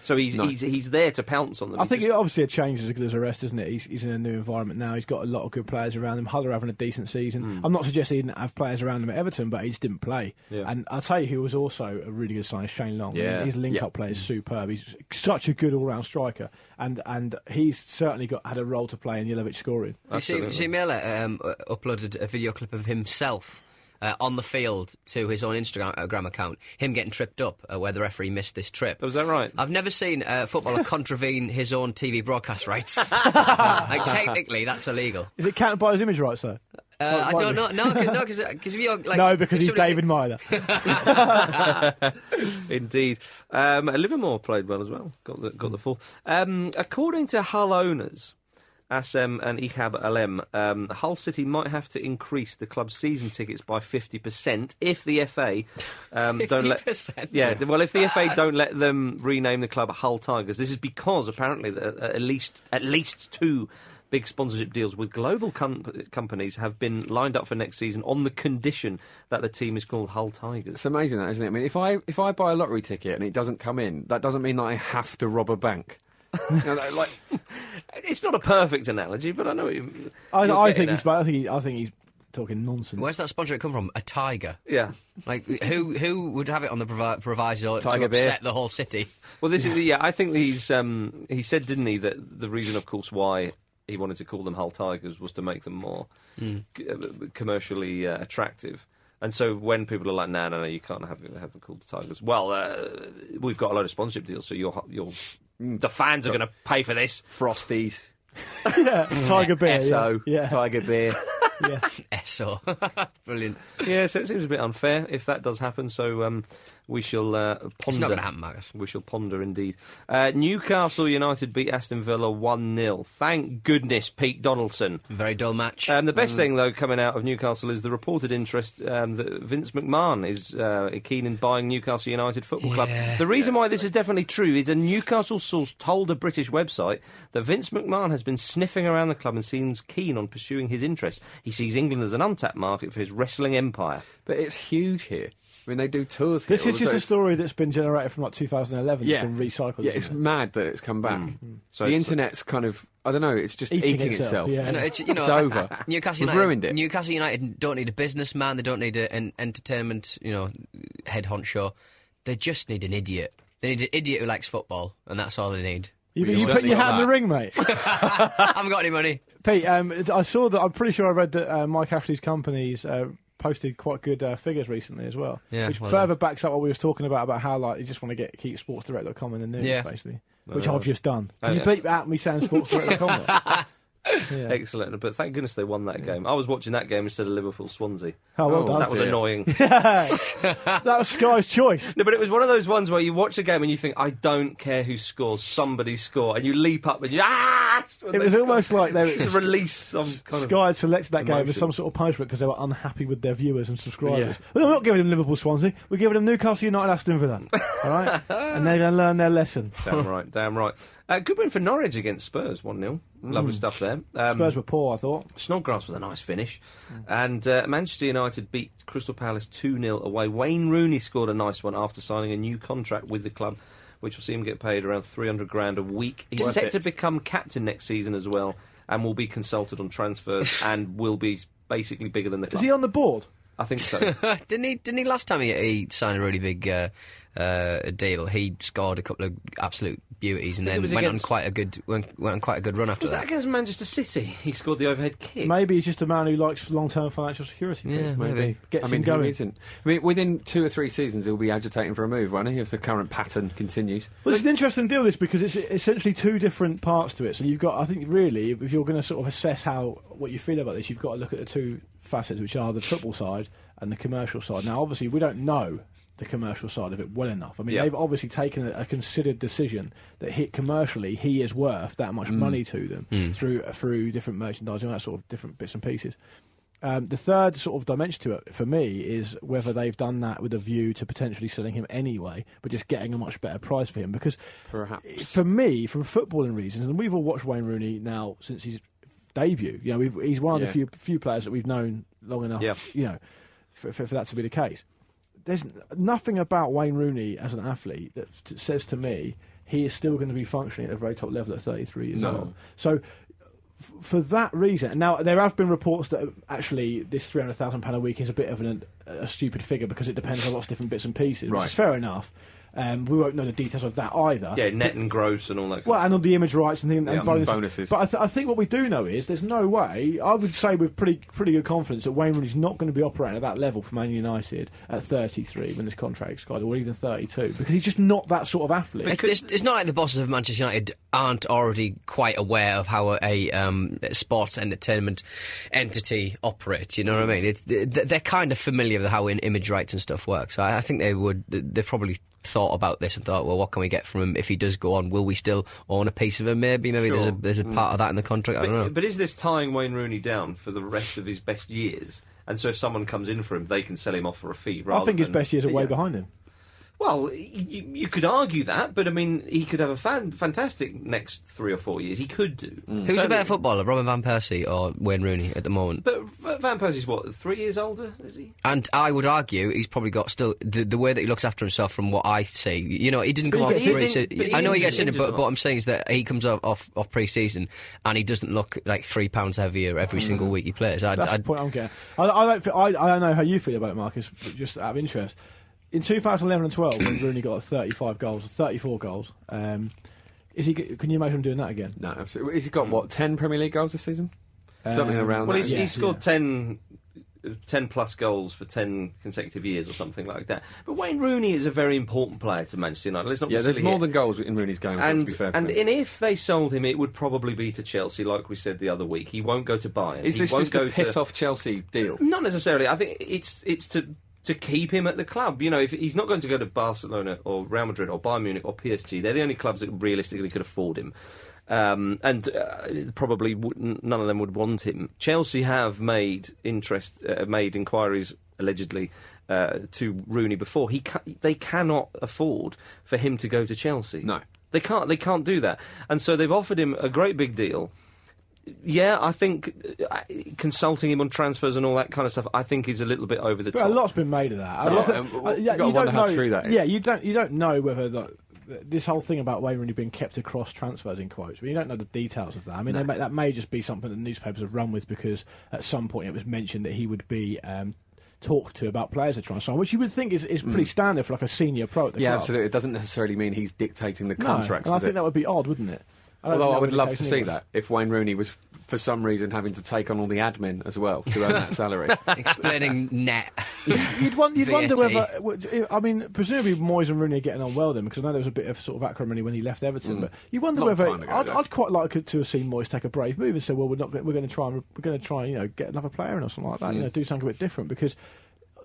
So he's he's, he's there to pounce on them. I He think it just- obviously a change is as good as a rest, isn't it? He's, he's in a new environment now. He's got a lot of good players around him. Hull are having a decent season. I'm not suggesting he didn't have players around him at Everton, but he just didn't play. Hmm. Yeah. And I'll tell you who was also a really good sign is Shane Long. Yeah. Hmm. His, his link-up Yeah. play is superb. He's such a good all-round striker, and and he's certainly got had a role to play in Yelovich scoring. you see, you see Miller um, uh, uploaded a video clip of himself. Uh, on the field to his own Instagram uh, gram account, him getting tripped up uh, where the referee missed this trip. Oh, is that right? I've never seen a footballer contravene his own TV broadcast rights. like, technically, that's illegal. Is it counted by his image rights though? Uh, I why don't know. would- No, because if you're like no, because if he's somebody's- David Myler. Indeed. Um, Livermore played well as well. Got the got the full. Um, according to Hull owners, Assem and Ihab Alem, um, Hull City might have to increase the club's season tickets by fifty percent if the FA um, don't let. 50%? Yeah, th- well, if the FA don't let them rename the club Hull Tigers, this is because apparently the, uh, at least at least two. Big sponsorship deals with global com- companies have been lined up for next season on the condition that the team is called Hull Tigers. It's amazing, that isn't it? I mean, if I if I buy a lottery ticket and it doesn't come in, that doesn't mean that I have to rob a bank. You know, that- like, It's not a perfect analogy, but I know what you. I, you're I getting think he's. at. I think he, I think he's talking nonsense. Where's that sponsor come from? A tiger. Yeah. Like who who would have it on the provi- proviso Tiger to beer. upset the whole city? Well, this is the, yeah. I think he's um, he said, didn't he, that the reason, of course, why he wanted to call them Hull Tigers was to make them more Hmm. c- uh, commercially uh, attractive. And so when people are like, no, no, no, you can't have have them called the Tigers. Well, uh, we've got a lot of sponsorship deals, so you're you're the fans are going to pay for this. Frosties, Yeah, Tiger Beer. yeah. SO, yeah. Tiger Beer. yeah. So brilliant. Yeah, so it seems a bit unfair if that does happen. So um, we shall uh, ponder. It's not going to happen, Marcus. We shall ponder indeed. Uh, Newcastle United beat Aston Villa 1 0. Thank goodness, Pete Donaldson. Very dull match. Um, the best thing, though, coming out of Newcastle is the reported interest um, that Vince McMahon is uh, keen in buying Newcastle United Football Club. The reason why this is definitely true is a Newcastle source told a British website that Vince McMahon has been sniffing around the club and seems keen on pursuing his interests. He sees England as an untapped market for his wrestling empire. But it's huge here. I mean, they do tours here. This is all just the- a story that's been generated from like 2011. Yeah. It's been recycled. Yeah, isn't it's it? Mm. mad that it's come back. So the it's- internet's kind of, I don't know, it's just Eating eating, itself, itself. yeah. I know, it's, you know, It's over. Newcastle We've United ruined it. Newcastle United don't need a businessman. They don't need a, an entertainment, you know, head honcho. They just need an idiot. They need an idiot who likes football, and that's all they need. You, We've you put certainly your got hat in the that. ring, mate. I haven't got any money. Pete, um, I saw that. I'm pretty sure I read that uh, Mike Ashley's companies uh, posted quite good uh, figures recently as well, Yeah, which well further backs up what we was talking about about how like you just want to get keep sportsdirect.com in the news, Yeah. basically, which I've just done. Can you yeah. bleep out me saying sportsdirect.com? Excellent. But thank goodness they won that game. I was watching that game instead of Liverpool Swansea. Oh, well Oh, done. That was dear. annoying. that was Sky's choice. No, but it was one of those ones where you watch a game and you think, I don't care who scores, somebody score, and you leap up and you ah! when It they was score. almost like they were- Just release some kind Sky of. had selected that game emotion. as some sort of punishment because they were unhappy with their viewers and subscribers. Yeah. Well, we're not giving them Liverpool Swansea. We're giving them Newcastle United Aston Villa. All right? and they're going to learn their lesson. Damn right, damn right. Uh, good win for Norwich against Spurs, 1 0. Lovely stuff there. Um, Mm. Spurs were poor, I thought. Snodgrass with a nice finish. And uh, Manchester United beat Crystal Palace 2 0 away. Wayne Rooney scored a nice one after signing a new contract with the club, which will see him get paid around 300 grand a week. He's Worth set it. to become captain next season as well and will be consulted on transfers and will be basically bigger than the Is club. he on the board? I think so. didn't he? Didn't he? Last time he, he signed a really big uh, uh, deal, he scored a couple of absolute beauties, and I think it then was went on against- quite a good went, went on quite a good run after Was that that. against Manchester City? He scored the overhead kick. Maybe he's just a man who likes long term financial security. Yeah, maybe. Gets I him mean, who going. isn't? I mean, within two or three seasons, he'll be agitating for a move, won't he? If the current pattern continues. Well, it's an interesting deal, this, because it's essentially two different parts to it. So you've got, I think, really, if you're going to sort of assess how what you feel about this, you've got to look at the two facets, which are the football side and the commercial side. Now, obviously, we don't know the commercial side of it well enough. I mean, Yeah. they've obviously taken a, a considered decision that he, commercially he is worth that much money to them through through different merchandising, that sort of different bits and pieces. Um, the third sort of dimension to it for me is whether they've done that with a view to potentially selling him anyway, but just getting a much better price for him. Because Perhaps. for me, from footballing reasons, and we've all watched Wayne Rooney now since his debut. You know, we've, he's one of Yeah. the few few players that we've known long enough. Yeah. You know, for, for, for that to be the case. There's n- nothing about Wayne Rooney as an athlete that t- says to me he is still going to be functioning at a very top level at 33 years No. old. So for that reason. Now there have been reports that um, actually this three hundred thousand pound a week is a bit of an, a stupid figure because it depends on lots of different bits and pieces. Which Right. is fair enough. Um, we won't know the details of that either. Yeah, net and gross and all that. kind Well, of and on the image rights and, the, Yeah, and bonuses. bonuses. But I, th- I think what we do know is there's no way. I would say with pretty pretty good confidence that Wayne Rooney's not going to be operating at that level for Man United at 33 when this contract expires, or even 32, because he's just not that sort of athlete. It's, it's, it's not like the bosses of Manchester United aren't already quite aware of how a um, sports entertainment entity operates. You know what I mean? It, th- they're kind of familiar with how in image rights and stuff works. I, I think they would. They probably thought about this and thought, well, what can we get from him if he does go on? Will we still own a piece of him? Maybe, maybe there's a Sure. there's a part of that in the contract. I But, don't know. but is this tying Wayne Rooney down for the rest of his best years? And so if someone comes in for him, they can sell him off for a fee. Rather I think his than- best years are way Yeah. behind him. Well, y- you, you could argue that, but I mean, he could have a fan, fantastic next three or four years. He could do. Who's So- a better footballer, Robin van Persie or Wayne Rooney at the moment? But V- Van Persie's what three years older is he? And I would argue he's probably got still the, the way that he looks after himself from what I see. You know, he didn't come But off. he gets pre- injured- but he I know he is gets injured, injured a but lot. what I'm saying is that he comes off off, off pre-season and he doesn't look like three pounds heavier every single week he plays. I'd, That's I'd, the point I'm getting. I, I don't. thi- I, I don't know how you feel about it, Marcus. But just out of interest, in 2011 and 12, when Rooney got 35 goals, 34 goals. Um, is he? g- Can you imagine him doing that again? No, absolutely. Has he got what ten Premier League goals this season? Something Um, around. Well, that. he's, yeah, he's scored yeah. 10, uh, 10 plus goals for 10 consecutive years or something like that. But Wayne Rooney is a very important player to Manchester United. Let's not be yeah, there's silly more here. than goals in Rooney's game. to And, be fair to and him. in if they sold him, it would probably be to Chelsea, like we said the other week. He won't go to Bayern. is he this won't just go a piss to, off Chelsea deal? Not necessarily. I think it's it's to to keep him at the club. You know, if he's not going to go to Barcelona or Real Madrid or Bayern Munich or PSG, they're the only clubs that realistically could afford him. Um, and uh, probably wouldn't, none of them would want him. Chelsea have made interest, uh, made inquiries allegedly uh, to Rooney before. He ca- they cannot afford for him to go to Chelsea. No. they can't. They can't do that. And so they've offered him a great big deal yeah, I think uh, consulting him on transfers and all that kind of stuff, I think is a little bit over the But a top. lot's been made of that. I Yeah, don't thi- um, I- yeah, you've gotta you wonder don't how know- true that is. Yeah, you don't. You don't know whether the, th- this whole thing about Wayne Rooney being kept across transfers in quotes, but you don't know the details of that. I mean, they may, that may just be something that newspapers have run with because at some point it was mentioned that he would be. Um, Talked to about players they're trying to sign, which you would think is, is pretty standard for like a senior pro at the Mm. Yeah, club. absolutely. It doesn't necessarily mean he's dictating the No, contracts. and I does think it? that would be odd, wouldn't it? don't Although think I that would be the love case to see anyway. that if Wayne Rooney was for some reason having to take on all the admin as well to earn that salary. Explaining net. You'd, want, you'd wonder VAT. whether. w- I mean, presumably Moyes and Rooney are getting on well then, because I know there was a bit of sort of acrimony when he left Everton. But you wonder Mm. Long whether time ago, I'd, though. I'd quite like to have seen Moyes take a brave move and say, "Well, we're not. We're going to try and we're going to try and you know get another player in or something like that. Mm. You know, do something a bit different because."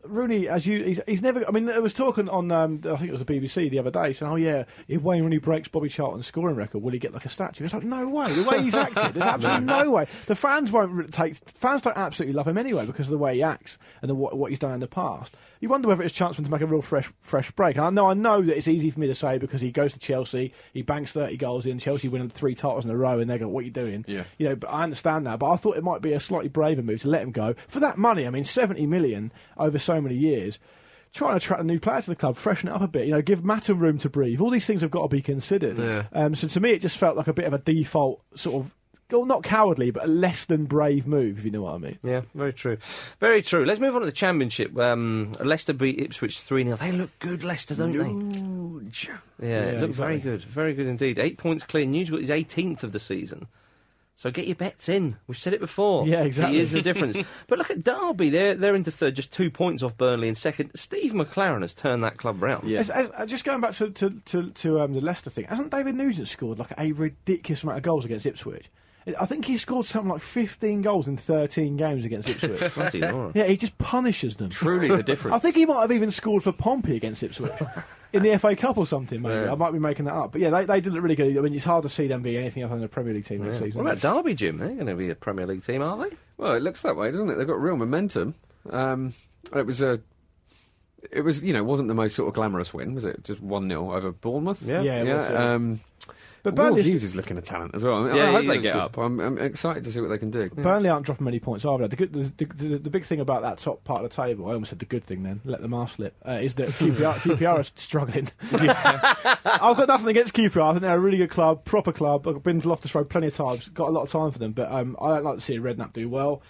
Rooney, as you, he's, he's never. I mean, there was talking on, um, I think it was the BBC the other day, saying, "Oh yeah, if Wayne Rooney breaks Bobby Charlton's scoring record, will he get like a statue?" It's like, no way. The way he's acted, there's absolutely no way. The fans won't re- take. Fans don't absolutely love him anyway because of the way he acts and the, what, what he's done in the past. You wonder whether it's a chance for him to make a real fresh, fresh break. And I know, I know that it's easy for me to say because he goes to Chelsea, he banks thirty goals in Chelsea, winning three titles in a row, and they go, "What are you doing?" Yeah. you know, but I understand that. But I thought it might be a slightly braver move to let him go for that money. I mean, seventy million over so many years. Trying to attract a new player to the club, freshen it up a bit, you know, give Matter room to breathe. All these things have got to be considered. Um, so to me, it just felt like a bit of a default sort of, well, not cowardly, but a less than brave move, if you know what I mean. Yeah, very true. Very true. Let's move on to the Championship. Um, Leicester beat Ipswich 3 0. They look good, Leicester, don't they? Yeah, Yeah, look very exactly. good. Very good indeed. Eight points clear. Newswood is 18th of the season. So get your bets in. We've said it before. Yeah, exactly. He is the difference. but look at Derby. They're, they're into third, just two points off Burnley in second. Steve McLaren has turned that club round. Yeah. As- as- uh, just going back to to, to, to um, the Leicester thing, hasn't David Nugent scored like a ridiculous amount of goals against Ipswich? I- I think he scored something like 15 goals in 13 games against Ipswich. Bloody hell. yeah, he just punishes them. Truly the difference. I think he might have even scored for Pompey against Ipswich in the FA Cup or something. Maybe Yeah. I might be making that up, but yeah, they, they did look really good. I mean, it's hard to see them being anything other than a Premier League team next What season. about Derby, Jim? They're going to be a Premier League team, are they? Well, it looks that way, doesn't it? They've got real momentum. Um, it was a, it was you know wasn't the most sort of glamorous win, was it? Just one 0 over Bournemouth. Yeah. Yeah, it was, yeah. Um, But but Burnley's- Will Hughes is looking a talent as well. I, mean, Yeah, I hope he they looks get good. up. I'm, I'm excited to see what they can do. Burnley aren't dropping many points either. The, good, the, the, the, the big thing about that top part of the table, I almost said the good thing then, let them half slip, uh, is that QPR, QPR are struggling. I've got nothing against QPR. I think they're a really good club, proper club. I've been to Loftus Road plenty of times, got a lot of time for them, but um, I don't like to see Redknapp do well.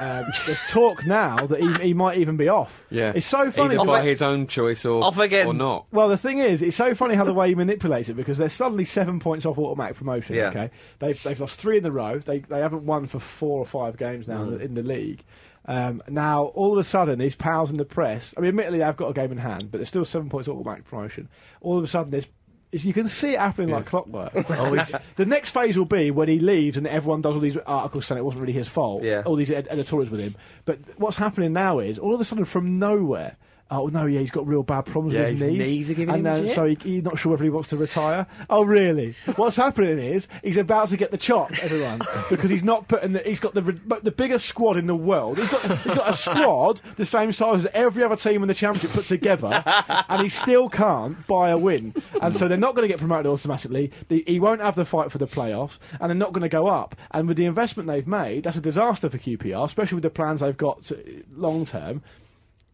Um, there's talk now that he, he might even be off. Yeah, It's so funny. Either because- by his own choice or Off again. or not. well, the thing is, it's so funny how the way he manipulates it because they're suddenly seven points off automatic promotion. Yeah. Okay, they've they've lost three in a row. They they haven't won for four or five games now in Mm. the- in the league. Um, now all of a sudden, these pals in the press. I mean, admittedly they've got a game in hand, but they're still seven points automatic promotion. All of a sudden, there's. is- You can see it happening like clockwork. Oh, the next phase will be when he leaves and everyone does all these articles saying it wasn't really his fault Yeah. all these ed- editorials with him. But what's happening now is all of a sudden from nowhere. Oh no, yeah, he's got real bad problems Yeah, with his, his knees. knees are giving and him uh, shit. so he, he's not sure whether he wants to retire. Oh really? what's happening is he's about to get the chop, everyone, because he's not putting. The, he's got the re- but the biggest squad in the world. He's got he's got a squad the same size as every other team in the championship put together, and he still can't buy a win. And so they're not going to get promoted automatically. The, he won't have the fight for the playoffs, and they're not going to go up. And with the investment they've made, that's a disaster for QPR, especially with the plans they've got to, long term.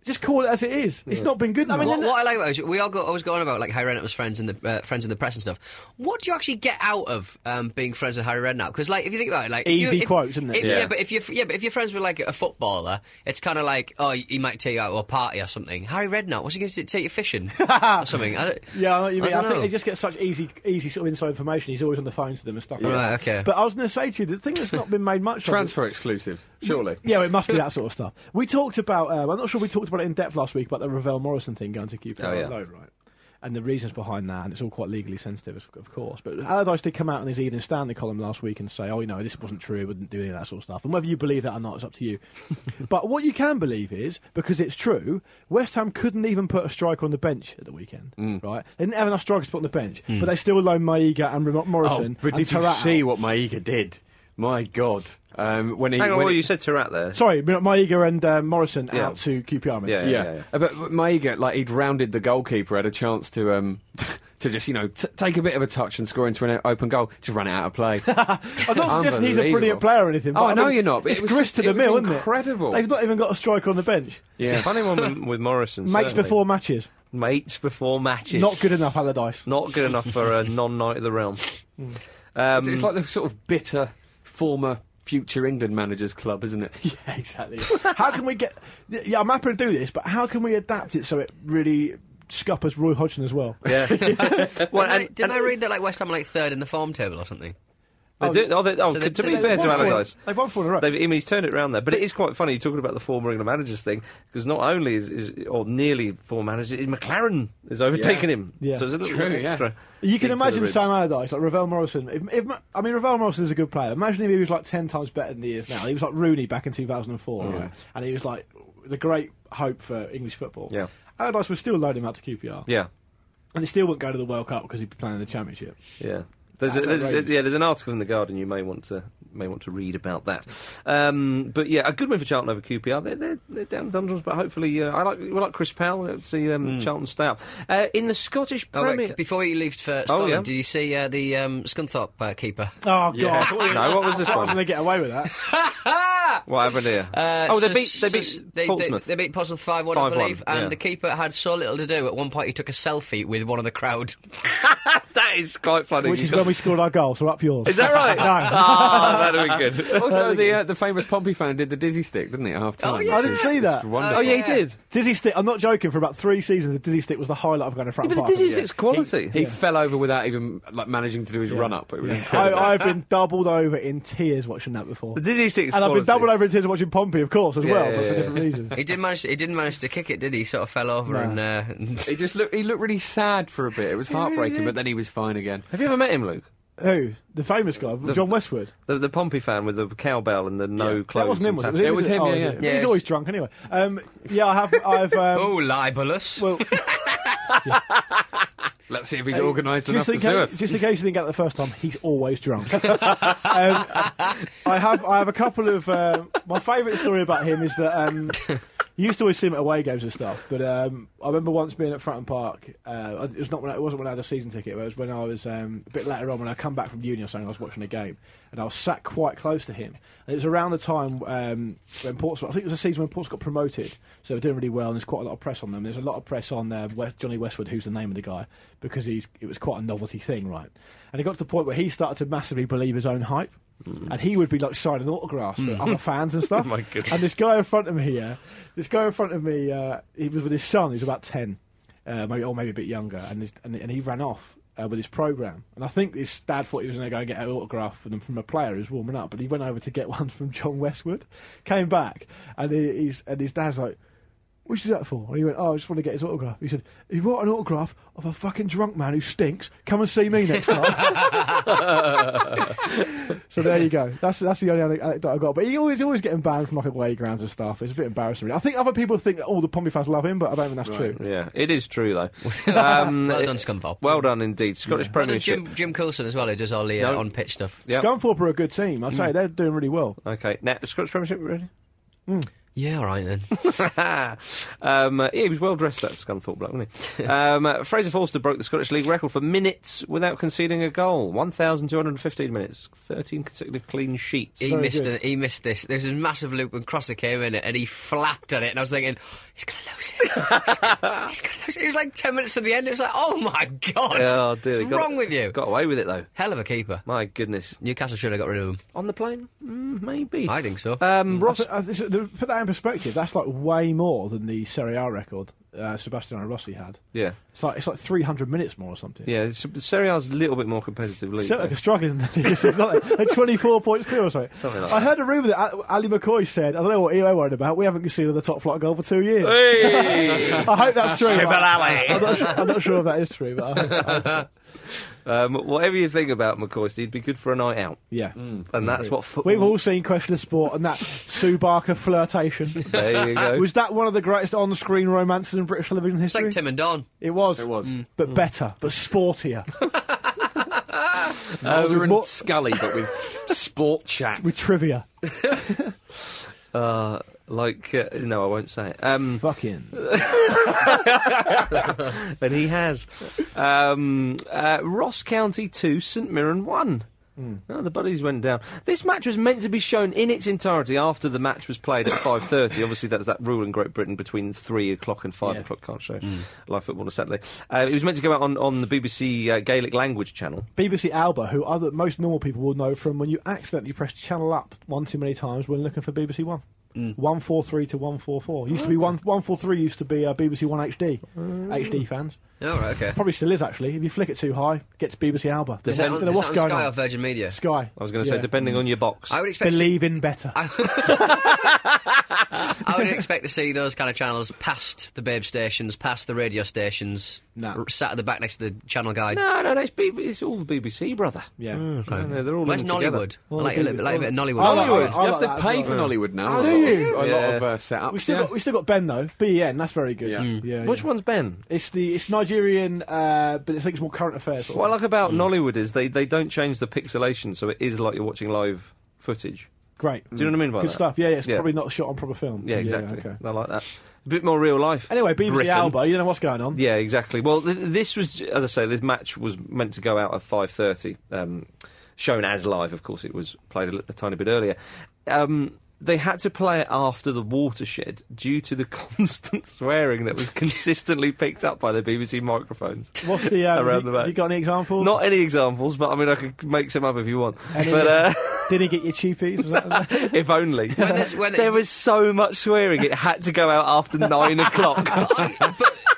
Just call it as it is. It's not been good. enough. what, what I like about it is we all go, always go on about like Harry Redknapp's friends in the uh, friends in the press and stuff. What do you actually get out of um, being friends with Harry Redknapp? Because like if you think about it, like if you- Easy if- quotes, isn't it? if- yeah. Yeah. but if you yeah, but if you're friends with like a footballer, it's kind of like oh, he might take you out to a party or something. Harry Redknapp, what's he going to take you fishing or something? I don't, Yeah, I know what you I mean. I, don't think know. they just get such easy, easy sort of inside information. He's always on the phone to them and stuff. Like Right, that. okay. But I was going to say to you, the thing that's not been made much of- Transfer exclusive, surely. Yeah, well, it must be that sort of stuff. We talked about. Um, I'm not sure we talked about it in depth last week about the Ravel Morrison thing going to QPR. Oh, yeah. No, right. And the reasons behind that, and it's all quite legally sensitive, of- of course. But Allardyce did come out in his Evening Standard column last week and say, "Oh, you know, this wasn't true. Wouldn't do any of that sort of stuff." And whether you believe that or not, it's up to you. but what you can believe is because it's true, West Ham couldn't even put a striker on the bench at the weekend. Mm. Right? They didn't have enough strikers to put on the bench, but they still loaned Maiga and Remo- Morrison. Oh, but and did you Tarap see out. what Maiga did? My God, um, when he Hang on, when well, he- you said Tarat there. Sorry, Maiga and uh, Morrison Yeah. out to QPR. mate. Yeah, yeah. Uh, But but Maiga, like he'd rounded the goalkeeper, had a chance to um, to just you know t- take a bit of a touch and score into an open goal. Just run it out of play. I'm not suggesting he's a brilliant Unbelievable. player or anything. But Oh, I know mean, you're not. But It's it was grist just- to the it was mill, isn't it? incredible. They've not even got a striker on the bench. It's a Yeah. funny one with, with Morrison. Mates certainly. before matches. mates before matches. Not good enough, Allardyce. Not good enough for a non-knight of the realm. It's- Um, it's like the sort of bitter former future England managers club, isn't it? Yeah, exactly. how can we get? Yeah, I'm happy to do this, but how can we adapt it so it really scuppers Roy Hodgson as well? yeah. well, didn't I, and- and- didn't I read that like West Ham are, like third in the form table or something? They Oh, do. Oh, they, oh so they- to be they- fair They've to won four- Allardyce, They've won four in a row. They've, I mean, he's turned it around there, but it is quite funny. You're talking about the former England managers thing because not only is, is or nearly former manager, is McLaren is overtaken him. Yeah. So it's a little True, yeah. extra. You can thing to the imagine ribs. Sam Allardyce, like Ravel Morrison. If, if, I mean, Ravel Morrison's a good player. Imagine if he was like 10 times better than he is now. He was like Rooney back in 2004. Mm. right? And he was like the great hope for English football. Yeah. Allardyce would still loan him out to QPR. Yeah, And he still wouldn't go to the World Cup because he'd be playing in the Championship. yeah. There's, a, That's there's outrageous. yeah, there's an article in the Guardian you may want to may want to read about that. Um, but yeah, a good win for Charlton over QPR. They're, they're, they're down the dungeons, but hopefully, uh, I like we like Chris Powell. we see um, Charlton stay up uh, in the Scottish Oh, Premier. wait, before you leave for Scotland, yeah. do you see uh, the um, Scunthorpe uh, keeper? Oh, God. Yeah. no, what was this I was going one? to get away with that. What happened here? Uh, oh, they so- beat they so- beat they, they, Portsmouth. they beat Portsmouth five one, I 5-1, believe. And yeah. the keeper had so little to do. At one point, he took a selfie with one of the crowd. that is quite funny. Which is when we scored our goal, so up yours. Is that right? Ah, that'd be good. Also, the uh, the famous Pompey fan did the dizzy stick, didn't he, at half time? Oh, yeah. I didn't see that. Oh yeah, he did. Dizzy Stick, I'm not joking, for about three seasons, the Dizzy Stick was the highlight of going to Frank but the Park. Dizzy Stick's quality. He fell over without even like managing to do his run up. It was incredible. I, I've been doubled over in tears watching that before. the Dizzy Stick's and I've quality. been doubled over in tears watching Pompey, of course, as Yeah, well, yeah, but for yeah. different reasons. he didn't manage. To, he didn't manage to kick it, did he? He Sort of fell over and. Uh, he just looked. He looked really sad for a bit. It was heartbreaking, but then he was fine again. Have you ever met him, Luke? Who? The famous guy, John Westwood. The, the Pompey fan with the cowbell and the no clothes. That wasn't and him, was it? tattoos. It was him, oh, yeah, is yeah. it? Yeah, He's it's- always drunk anyway. Um, yeah, I have. I've. Um, oh, libelous! well, Let's see if he's organised enough just, in to sue case, us. just in case you think out the first time, he's always drunk. um, I have. I have a couple of. Um, my favourite story about him is that. Um, you used to always see him at away games and stuff, but um, I remember once being at Fratton Park. Uh, it was not when I, it wasn't when I had a season ticket. But it was when I was um, a bit later on when I come back from uni or something. I was watching a game, and I was sat quite close to him. And it was around the time um, when Portsmouth. I think it was a season when Portsmouth got promoted, so they were doing really well. And there's quite a lot of press on them. There's a lot of press on uh, West, Johnny Westwood, who's the name of the guy, because he's it was quite a novelty thing, right? And it got to the point where he started to massively believe his own hype. Mm. And he would be like signing autographs for other fans and stuff. Mm. Oh My goodness. And this guy in front of me, yeah, this guy in front of me, uh, he was with his son, who's about ten, uh, maybe or maybe a bit younger, and his, and, and he ran off uh, with his program. And I think his dad thought he was going to go and get an autograph for them from a player who's warming up, but he went over to get one from John Westwood, came back, and he, he's and his dad's like. What you do that for? And he went, Oh, I just want to get his autograph. He said, If you want an autograph of a fucking drunk man who stinks, come and see me next time. so there you go. That's that's the only anecdote I got. But he always always getting banned from like away grounds and stuff. It's a bit embarrassing. really. I think other people think that all the Pompey fans love him, but I don't think that's true. Yeah, it is true though. um, well it- done, Scunthorpe. Well done indeed. Scottish Well, there's Premiership. Jim, Jim Coulson as well, who does all the uh, No. on-pitch stuff. Yep. Mm. Scunthorpe are a good team. I'd say they're doing really well. Okay, now Scottish Premiership ready? Yeah, all right then. um, uh, yeah, he was well dressed, that Scunthorpe bloke, wasn't he? um, uh, Fraser Forster broke the Scottish League record for minutes without conceding a goal. 1,215 minutes, 13 consecutive clean sheets. He Very missed. good. A, he missed this. There's a massive loop when Crosser came in, and he flapped at it, and I was thinking, he's gonna lose it. He's gonna, he's gonna lose it. It was like ten minutes to the end. It was like, oh my god, Oh, dear. what's got- wrong with you? Got away with it, though. Hell of a keeper. My goodness. Newcastle should have got rid of him. On the plane? Mm, maybe. I think so. Mm. Um, I Ross, th- I th- so to put that in perspective, that's like way more than the Serie A record uh, Sebastiano Rossi had. yeah, It's like it's like 300 minutes more or something. yeah. it's- Serie A's a little bit more competitive league. Celtic though. are struggling in the league, so it's not like twenty-four points too or something. Something like I heard a rumour that Al- Ali McCoy said, "I don't know what Elo worried about. We haven't conceded the top flight goal for two years." Hey! I hope that's true. Triple but alley. I'm not, sure, I'm not sure if that is true, but I hope, um, whatever you think about McCoy, he'd be good for a night out, yeah. and that's Mm-hmm. what football. We've all seen Question of Sport and that Sue Barker flirtation. There you go. Was that one of the greatest on-screen romances in British television It's history? like Tim and Don. It was. It was. But better, but sportier, Mulder and what- Scully, but with sport chat. with trivia. Uh, like, uh, no, I won't say it. Um, Fucking. and he has. Um, uh, Ross County 2, St Mirren 1. Hmm. Oh, the buddies went down. This match was meant to be shown in its entirety after the match was played at 5.30. Obviously, that's that rule in Great Britain between 3 o'clock and 5 Yeah. Hmm. o'clock. Can't show live football on a Saturday. Uh, it was meant to go out on, on the BBC uh, Gaelic language channel. BBC Alba, who other most normal people will know from when you accidentally press channel up one too many times when looking for BBC One. One four three to one four four. Used to be one one four three. Used to be uh, BBC One HD. HD fans All Oh, right, okay. probably still is actually. If you flick it too high, gets BBC Alba. Is that, Don't know on, don't know is what's that on going Sky on. or Virgin Media? I Sky. was going to say, Yeah. depending on your box. I would expect to see- Believe in better. I would expect to see those kind of channels past the babe stations, past the radio stations, r- sat at the back next to the channel guide. no, no, no, it's, B- it's all the BBC, brother. Yeah. Yeah, they're, they're all Where's linked together. Nollywood? I like, a little bit, like a bit of Nollywood. I like- Nollywood. I like you have that to as pay well. for Nollywood now. Oh, as do well. you? A lot Yeah. of uh, setups. We still yeah. got we still got Ben though. Ben, that's very good. Yeah. Yeah. yeah. Which one's Ben? It's the it's Nigerian, uh, but I think it's more current affairs. sort of What I like about Hmm. Nollywood is they, they don't change the pixelation, so it is like you're watching live footage. Great. Do you know what I mean by Good that? stuff. Yeah, yeah. It's Yeah. probably not shot on proper film. Yeah, exactly. okay. I like that. A bit more real life. Anyway, BBC Britain. Alba. You don't know what's going on. Yeah, exactly. Well, th- this was, as I say, this match was meant to go out at five thirty. Um, shown as live, of course, it was played a, li- a tiny bit earlier. Um, they had to play it after the watershed due to the constant swearing that was consistently picked up by the BBC microphones. What's the um, Around you, the back. You got any examples? Not any examples, but I mean, I could make some up if you want. Any- but uh, Did he get your cheapies? Was that if only. there's- when there there- was so much swearing, it had to go out after nine o'clock. but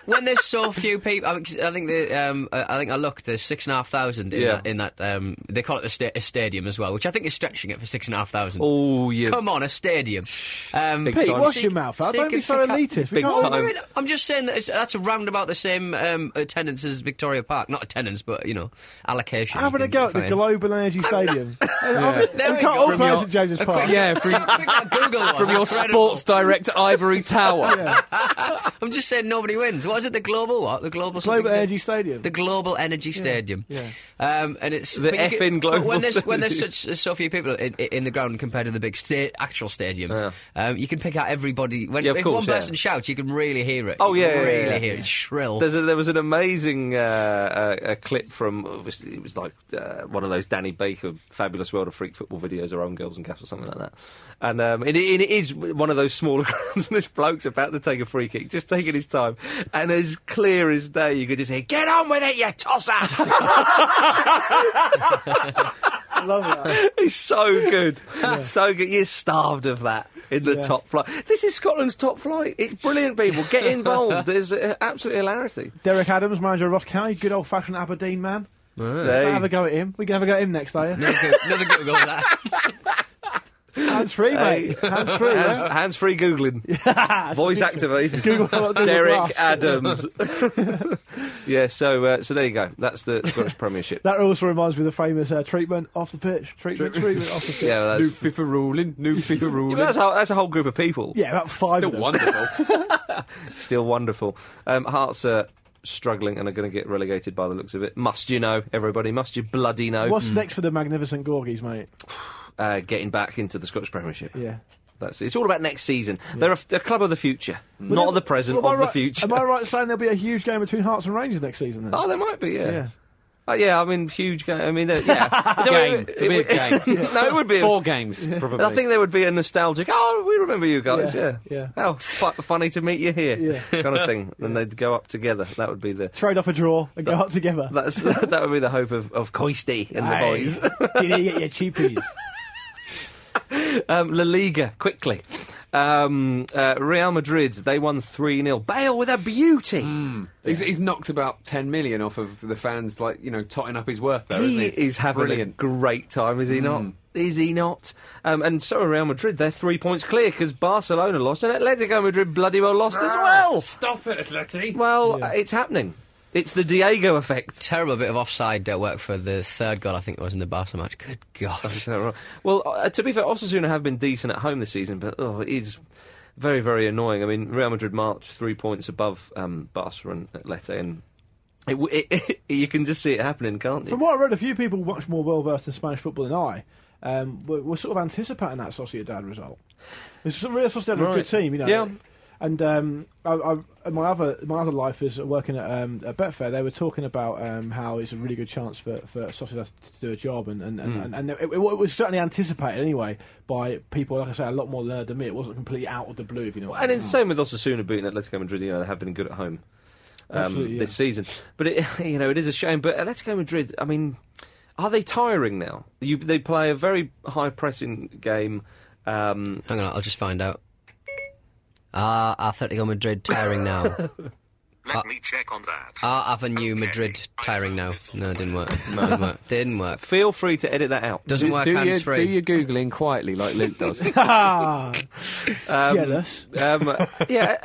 when there's so few people, I, mean, 'cause I think the, um, I I think I looked. There's six and a half thousand in Yeah. that. In that um, they call it a, sta- a stadium as well, which I think is stretching it for six and a half thousand. Oh, yeah. Come on, a stadium. Um, Big Pete, time. wash Seek- your mouth out. Don't be Seek so and elitist. We Big can't- Oh, time. no, it- I'm just saying that it's, that's around about the same um, attendance as Victoria Park. Not attendance, but you know, allocation. Having a go at the Fine. Global Energy Stadium. I mean, There you we can't go. all From play your- us at James's a quick- Park. Yeah, from, Google was, From your incredible. sports direct ivory tower. I'm just saying nobody wins. What is it? The global what? The global something Global sta- Energy Stadium. The global energy stadium. yeah. Um, and it's The but you get- effing but global when there's when there's such so few people in, in the ground compared to the big sta- actual stadiums, um, you can pick out everybody. When Yeah, of if course, one yeah. person shouts, you can really hear it. Oh, You can yeah, yeah, really yeah, yeah. hear it. It's shrill. There's a, there was an amazing uh, uh, a clip from it was, it was like uh, one of those Danny Baker fabulous world of freak football videos or own girls and cats or something like that. And, um, and, it, and it is one of those smaller grounds. and this bloke's about to take a free kick, just taking his time, and as clear as day, you could just hear, "Get on with it, you tosser!" I love that. It's so good. So good. You're starved of that in the Yeah. top flight. This is Scotland's top flight. It's brilliant, people. Get involved. There's uh, absolute hilarity. Derek Adams, manager of Ross County, good old fashioned Aberdeen man. Hey. Don't have a go at him. We can have a go at him next day. another, Goo- another Google that. Hands free, mate. Hands free. Hands, free Googling. Voice activated. Google- Google Derek Glass. Adams. yeah, so uh, so there you go. That's the Scottish Premiership. That also reminds me of the famous uh, treatment off the pitch. Treatment, treatment off the pitch. yeah, well, New that's, FIFA ruling. New FIFA Yeah, ruling. but that's, a, that's a whole group of people. Yeah, about five Still of them. wonderful. Still wonderful. Um, Hearts are struggling and are going to get relegated by the looks of it. Must you know, everybody? Must you bloody know? What's next for the magnificent Gorgies, mate? uh, getting back into the Scottish Premiership. Yeah. That's it's all about next season. They're a, f- a club of the future, not Well, of the present, am I of the right- future. Am I right in saying there'll be a huge game between Hearts and Rangers next season then? Oh, there might be, yeah. Yeah. Yeah, uh, yeah I mean, huge game. I mean, there- yeah. Game. It, It'd be a game. no, it would be. Four games, probably. I think there would be a nostalgic. Oh, we remember you guys. Yeah, Yeah, yeah. Oh, fu- funny to meet you here, Yeah. kind of thing. And they'd go up together. That would be the Trade off a draw and go up together. that's that would be the hope of of Coisty and the boys. you need to get your cheapies. Um, La Liga, quickly. Um, uh, Real Madrid, they won 3 0. Bale with a beauty. Mm. He's, he's knocked about 10 million off of the fans, like, you know, totting up his worth there, He isn't he? is having Brilliant. Hmm. a great time, is he not? Is he not? Um, and so are Real Madrid. They're three points clear because Barcelona lost and Atletico Madrid bloody well lost Ah, as well. Stop it, Letty. Well, uh, it's happening. It's the Diego effect. Terrible bit of offside uh, work for the third goal. I think it was in the Barca match. Good God. So, right. Well, uh, to be fair, Osasuna have been decent at home this season, but oh, it is very, very annoying. I mean, Real Madrid march three points above um, Barca and Atleti, and it, w- it, you can just see it happening, can't From you? what I read, a few people much more well versed in Spanish football than I um, were, were sort of anticipating that Sociedad result. It's a real Sociedad are a good Right. team, you know. Yeah. And um, I, I, and my other my other life is working at, um, at Betfair. They were talking about um, how it's a really good chance for, for Sociedad to do a job, and and, and, Hmm. and, and it, it was certainly anticipated anyway by people. Like I say, a lot more learned than me. It wasn't completely out of the blue, if you know. what I And mean. it's same with Osasuna beating Atletico Madrid. You know, they have been good at home um, Absolutely, yeah. this season, but it, you know, it is a shame. But Atletico Madrid, I mean, are they tiring now? You, they play a very high pressing game. Um, Hang on, I'll just find out. Ah, Atletico Madrid tiring now. Let me check on that. Ah, Avenue Okay, Madrid I tiring now. found this on No, the it didn't web. work. No, didn't work. Didn't work. Feel free to edit that out. Doesn't do, work do hands your, do free. your googling quietly like Luke does. Ah, jealous. Um, yeah,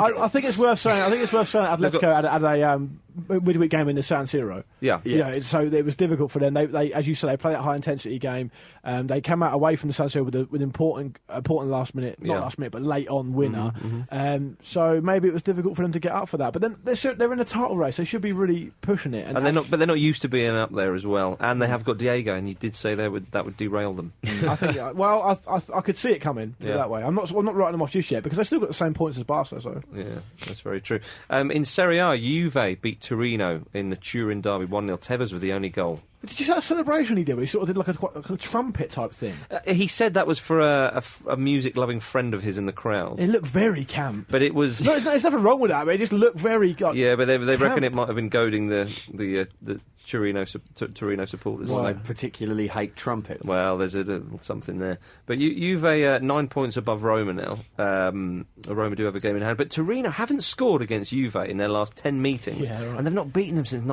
I, I think it's worth saying. I think it's worth saying. that Atletico had, had a um, midweek game in the San Siro. Yeah. you know, so it was difficult for them. They, they as you say, they play that high intensity game. Um, they come out away from the San Siro with an with important, important last minute, not Yeah. Mm-hmm, last minute, but late on winner. Um, so maybe it was difficult for them to get up for that. But then they're, so- they're in a title race. They should be really pushing it. and they're not, but they're not used to being up there as well. And they have got Diego, and you did say they would that would derail them. I think, yeah, well, I, I, I could see it coming put it Yeah. that way. I'm not, I'm not writing them off just yet because they still got the same points as Barca. So Yeah, that's very true. Um, in Serie A, Juve beat Torino in the Turin derby one 0 Tevez with the only goal. But did you see that celebration he did? Where he sort of did like a, quite like a trumpet type thing. Uh, he said that was for a, a f- a music-loving friend of his in the crowd, It looked very camp. but it was. No, there's, there's nothing wrong with that. But it just looked very. Like, Yeah, but they, they reckon Camp. it might have been goading the the uh, the Torino sup- Tur- Torino supporters. Well, I particularly hate trumpet. Well, there's a, little something there. But you, Juve uh, nine points above Roma now. Um, Roma do have a game in hand, but Torino haven't scored against Juve in their last ten meetings, Yeah, right. and they've not beaten them since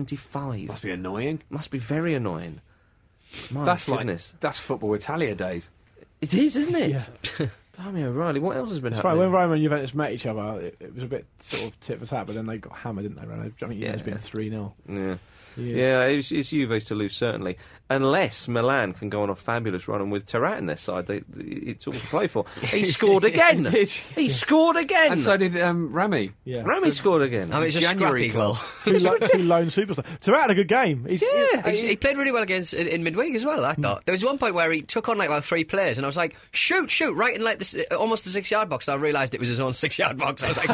1995. Must be annoying. Must be very annoying. My That's Oh, goodness. like that's football Italia days. it is, isn't it? Blimey O'Reilly, what else has been That's right. happening? When Roma and Juventus met each other, it, it was a bit sort of tit for tat. But then they got hammered, didn't they? Roma? I think Yeah. Juventus been three 0 yeah, yeah, it's, it's Juve's to lose certainly, unless Milan can go on a fabulous run and with Terrat in their side, they, it's all to play for. He scored again. He did. He scored again. And so did um, Rami. Yeah. Rami scored again. I mean, it's a January scrappy goal. Two, lo- two lone superstars. Tarat had a good game. He's, He's- He played really well against in, in midweek as well. I Hmm. thought there was one point where he took on like about three players, and I was like, "Shoot, shoot!" Right in like this, almost the six-yard box. And I realised it was his own six-yard box. I was like,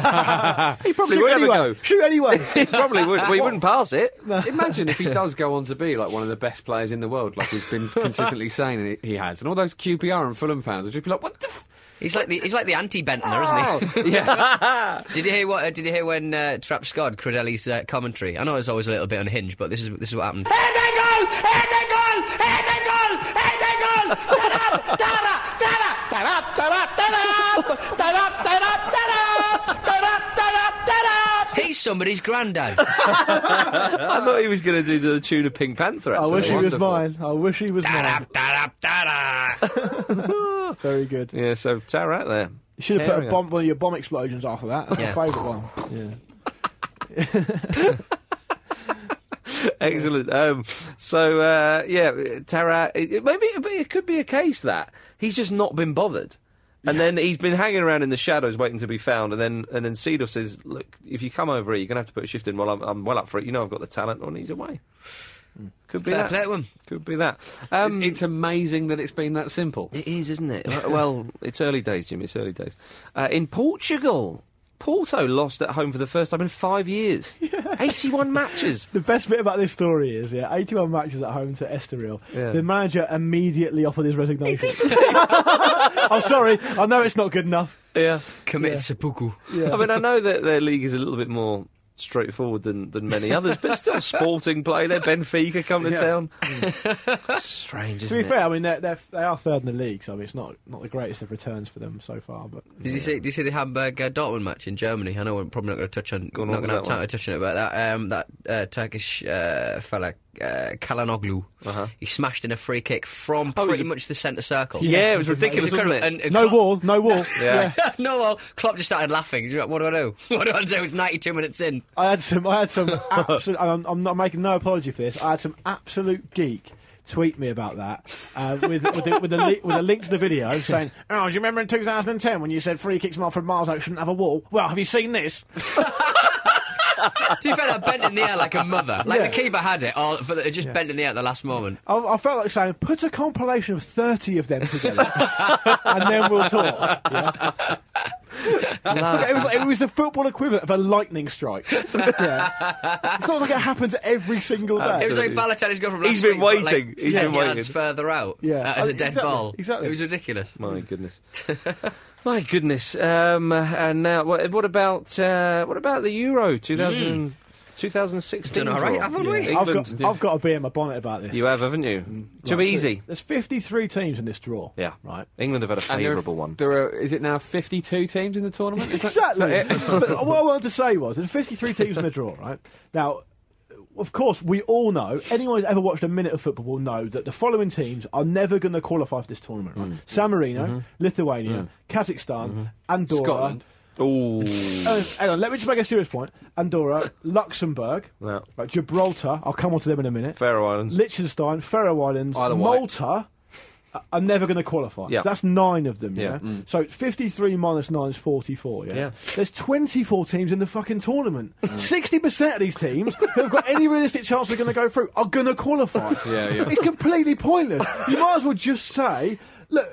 he probably shoot would have a anyone. go. Shoot anyone. He probably would. Well, he wouldn't pass it. Imagine if he does go on to be like one of the best players in the world, like he's been consistently saying he- he has, and all those QPR and Fulham fans would just be like, "What the?" F-? "He's like the he's like the anti-Bentner, isn't he?" Yeah, Did you hear what? Uh, did you hear when uh, Trap Scott Credelli's uh, commentary? I know it's always a little bit unhinged, but this is this is what happened. He's somebody's granddad. I thought he was going to do the tune of Pink Panther. I Actually. wish he was Wonderful. mine. I wish he was mine. Very good. You Yeah, so Tarat there. should have put Tearing a up. bomb, one of your bomb explosions after that. That's Yeah. my favourite one. Yeah. Excellent. Um, so uh, yeah, Tara. It, it- maybe it, it could be a case that he's just not been bothered, and then he's been hanging around in the shadows waiting to be found. And then and then Cedar says, "Look, if you come over here, you're gonna have to put a shift in. Well, I'm, I'm well up for it. You know, I've got the talent. On he's away. Could be Mm. Fair that. play to him. Could be that. Um, it's amazing that it's been that simple. It is, isn't it? Uh, well, it's early days, Jim. It's early days. Uh, in Portugal, Porto lost at home for the first time in five years. 81 matches. The best bit about this story is, yeah, 81 matches at home to Estoril. Yeah. The manager immediately offered his resignation. I'm sorry, I know it's not good enough. Yeah. Committed seppuku. I mean, I know that their league is a little bit more straightforward than, than many others, but still Sporting play there. Benfica come to town. Strange, Mm. To isn't be it? fair, I mean, they're, they're, they are third in the league, so I mean, it's not, not the greatest of returns for them so far. But Did you see? Did you see the Hamburg uh, Dortmund match in Germany? I know we're probably not going to touch on, on not with going to have that time one. to touch on it, but that um, that uh, Turkish uh, fella uh, Kalanoglu, Uh-huh. he smashed in a free kick from it was pretty a- much the centre circle. Yeah, Oh, it was ridiculous, It was wasn't it? incredible. And- and no wall, Klopp- no wall. Yeah. no, well, Klopp just started laughing. He's like, What do I do? What do I do? It's 92 minutes in. I had some, I had some absolute, I'm, I'm not making no apology for this, I had some absolute geek. Tweet me about that uh, with with, the, with, a li- with a link to the video saying, "Oh, do you remember in 2010 when you said free kicks from miles out shouldn't have a wall? Well, have you seen this? Do you feel that bent in the air like a mother? Like Yeah. the keeper had it, all, but it just bent in the air at the last moment. I, I felt like saying, put a compilation of 30 of them together and then we'll talk. Yeah. It's like- it, was like, it was the football equivalent of a lightning strike. Yeah. It's not like it happens every single day. It was like Balotelli's gone from last He's been week, but, like, waiting. He's 10 been yards waiting. further out. Yeah. Uh, as Oh, a dead exactly, ball. exactly. It was ridiculous. My goodness. My goodness. Um, and now, what, what about uh, what about the Euro 2000? 2016. Done all right, draw. haven't we? Mm. I've got, I've Mm. got to be in my bonnet about this. You have, haven't you? Too Right, so easy. There's 53 teams in this draw. Yeah. Right. England have had a And there are- favourable one. There are, is it now 52 teams in the tournament? Is that- Exactly. is that it? but what I wanted to say was there's 53 teams in the draw, right? Now, of course, we all know, anyone who's ever watched a minute of football will know that the following teams are never going to qualify for this tournament. Mm. Right? San Marino, Mm-hmm. Lithuania, Kazakhstan, Andorra. Scotland. Uh, hang on, let me just make a serious point. Andorra, Luxembourg, Yeah. right, Gibraltar, I'll come on to them in a minute. Faroe Islands. Liechtenstein, Faroe Islands, Isle of Wight. Malta uh, are never going to qualify. Yeah. So that's nine of them. Yeah. Yeah. Mm. So 53 minus 9 is 44. Yeah? Yeah. There's 24 teams in the fucking tournament. 60% of these teams who have got any realistic chance they're going to go through are going to qualify. Yeah, yeah. It's completely pointless. You might as well just say, look,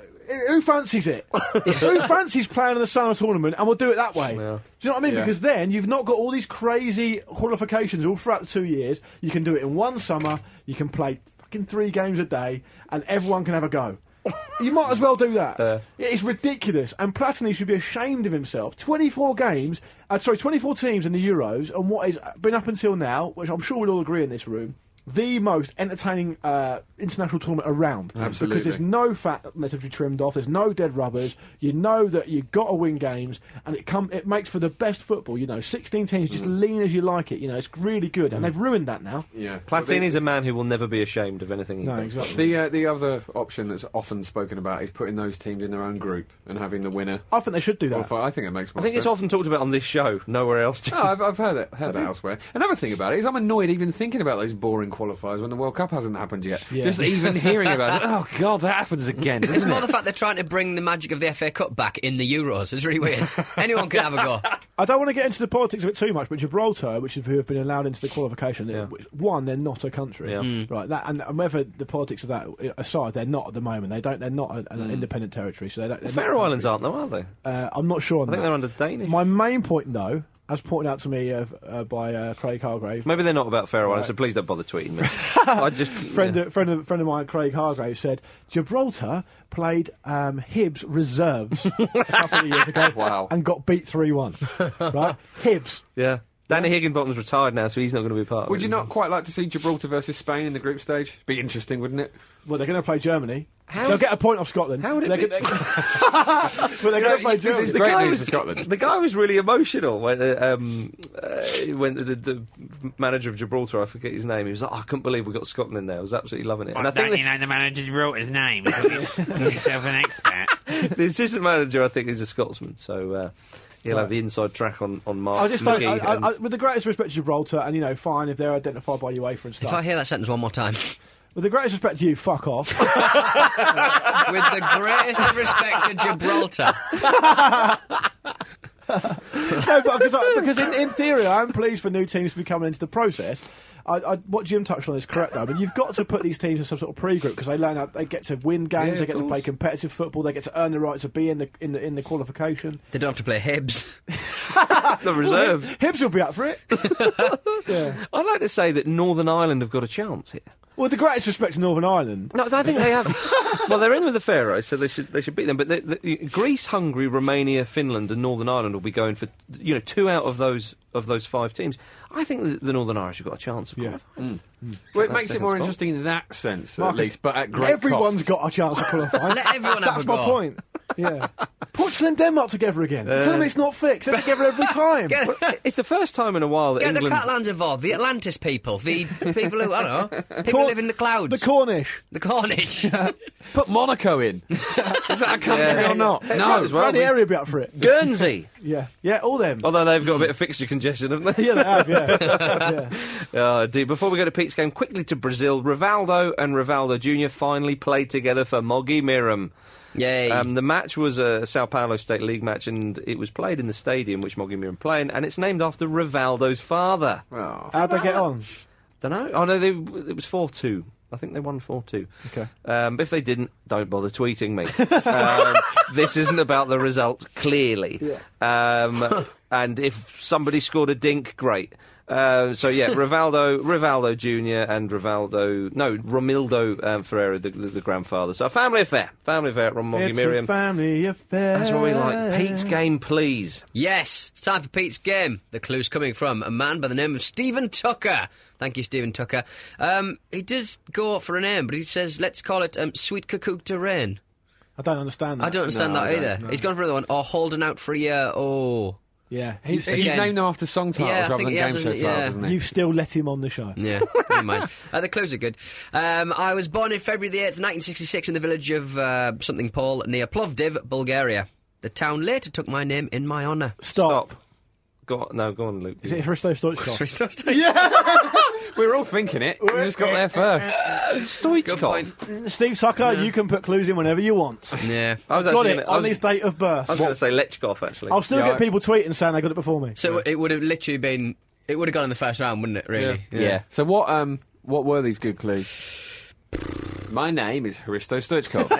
who fancies it? Who fancies playing in the summer tournament? And we'll do it that way. Do you know what I mean? Yeah. Because then you've not got all these crazy qualifications all throughout the two years. You can do it in one summer. You can play fucking three games a day, and everyone can have a go. you might as well do that. Yeah, It's ridiculous, and Platini should be ashamed of himself. Twenty-four games, uh, sorry, twenty-four teams in the Euros, and what has been up until now, which I'm sure we'll all agree in this room. The most entertaining uh, international tournament around Absolutely. because there's no fat metal to be trimmed off. There's no dead rubbers. You know that you got to win games, and it come it makes for the best football. You know, 16 teams just Mm. lean as you like it. You know, it's really good, and they've ruined that now. Yeah. Platini's a man who will never be ashamed of anything he does. The uh, the other option that's often spoken about is putting those teams in their own group and having the winner. I think they should do that. qualify. I think it makes. I More think it's sense. often talked about on this show, nowhere else. No, Oh, I've, I've heard that, heard that elsewhere. Another thing about it is I'm annoyed even thinking about those boring qualifiers when the World Cup hasn't happened yet. Yeah. Just even hearing about it, oh god, that happens again, It's doesn't more it? the fact they're trying to bring the magic of the FA Cup back in the Euros. It's really weird. Anyone can have a go. I don't want to get into the politics of it too much, but Gibraltar, which is who have been allowed into the qualification, Yeah. which- one they're not a country, Yeah. right? That and, and whether the politics of that uh, aside, they're not at the moment. They don't. They're not an, an independent territory, so they don't. they're not a Mm. Faroe Islands country. aren't, though, are they? Uh, I'm not sure. On I think that. they're under Danish. My main point, though, as pointed out to me uh, uh, by uh, Craig Hargrave, Maybe they're not about Faroe Islands, so please don't bother tweeting me. I just friend, yeah. of, friend, of, friend of mine, Craig Hargrave, said Gibraltar played um, Hibs reserves a couple of years ago Wow. and got beat 3 1. Right? Hibs. yeah. Danny Higginbottom's retired now, so he's not going to be part. of Would it, you is not quite like to see Gibraltar versus Spain in the group stage? Be interesting, wouldn't it? Well, they're going to play Germany. They'll get a point off Scotland. How would it they're Gonna, but they're going to play This Germany. is The great guy news was- for Scotland. The guy was really emotional when, uh, um, uh, when the, the manager of Gibraltar, I forget his name, he was like, "Oh, I couldn't believe we got Scotland in there. I was absolutely loving it. And I Well, think don't you know the manager's wrote his name? Call yourself an expert. the, the assistant manager, I think, is a Scotsman, so uh, he'll have the inside track on, on Mark I just don't. I, McGee I, and- I, with the greatest respect to Gibraltar, and you know, fine if they're identified by UEFA and If I stuff. hear that sentence one more time, With the greatest respect to you, fuck off. with the greatest of respect to Gibraltar, no, but because, I, because in, in theory, I am pleased for new teams to be coming into the process. I, I, what Jim touched on is correct, though. But you've got to put these teams in some sort of pre-group because they learn how they get to win games, they get to play competitive football, they get to earn the right to be in the in the in the qualification. they don't have to play Hibs. the reserves. Hibs will be up for it. yeah. I'd like to say that Northern Ireland have got a chance here. Well, the greatest respect to Northern Ireland. No, I think they have. well, they're in with the Pharaohs, so they should they should beat them. But the, the, Greece, Hungary, Romania, Finland, and Northern Ireland will be going for you know two out of those of those five teams. I think the, the Northern Irish have got a chance. Of yeah. Well, it makes it second more spot. interesting in that sense, Marcus, at least, but at great Everyone's cost. got a chance to qualify. Let everyone have That's a my go. point. Yeah, Portugal and Denmark together again. Tell them it's not fixed. They're together every time. it's the first time in a while that Get the England. Catalans involved, the Atlantis people, the people who, I don't know, people who Cor- live in the clouds, The Cornish. the Cornish. Put Monaco in. is that a country or not? might No. as well. Bloody we- area will be up for it. Guernsey, Yeah, yeah, all them. although they've got a bit of fixture congestion, haven't they? Yeah, they have. Yeah. yeah. Oh, dear. Before we go to Pete's game, quickly to Brazil. Rivaldo and Rivaldo Jr. finally played together for Mogi Mirim. Yay. Um, the match was a Sao Paulo State League match, and it was played in the stadium which Mogi Mirim play in, and it's named after Rivaldo's father. Oh. How'd they get on? Don't know. Oh no, they, it was four two. I think they won four two. Okay. Um, but if they didn't, don't bother tweeting me. um, this isn't about the result, clearly. Um, and if somebody scored a dink, great. Um, so yeah, Rivaldo, Rivaldo Junior, and Rivaldo, no, Romildo um, Ferreira, the, the, the grandfather. So a family affair, family affair at Ron It's a Miriam. family affair. That's what we like. Pete's game, please. Yes, it's time for Pete's game. The clue's coming from a man by the name of Stephen Tucker. Thank you, Stephen Tucker. Um, he does go for a name, but he says, let's call it um, Sweet Cocook to Rain. I don't understand that. I don't understand No, that I don't, either. He's gone for another one. Or Holding Out for a Year. Oh. Yeah. He's, Again. he's named after song titles Yeah, I rather think than he game has, show hasn't titles, he? Yeah. isn't he? You've still let him on the show. Yeah, never mind. Uh, the clues are good. Um, I was born in February the 8th, 1966, in the village of uh, something Paul near Plovdiv, Bulgaria. The town later took my name in my honour. Stop. Go on, no, go on, Luke. Is it Hristo Stoichkov? We were all thinking it. We just got there first. Good Stoichkov. point. Steve Sucker, you can put clues in whenever you want. Yeah. I was Got actually it gonna, I on was, his date of birth. I was going to say Lechkov actually. I'll still Yeah, get I- people tweeting saying they got it before me. So it would have literally been. It would have gone in the first round, wouldn't it, really? Yeah. So what um what were these good clues? My name is Hristo Stoichkov.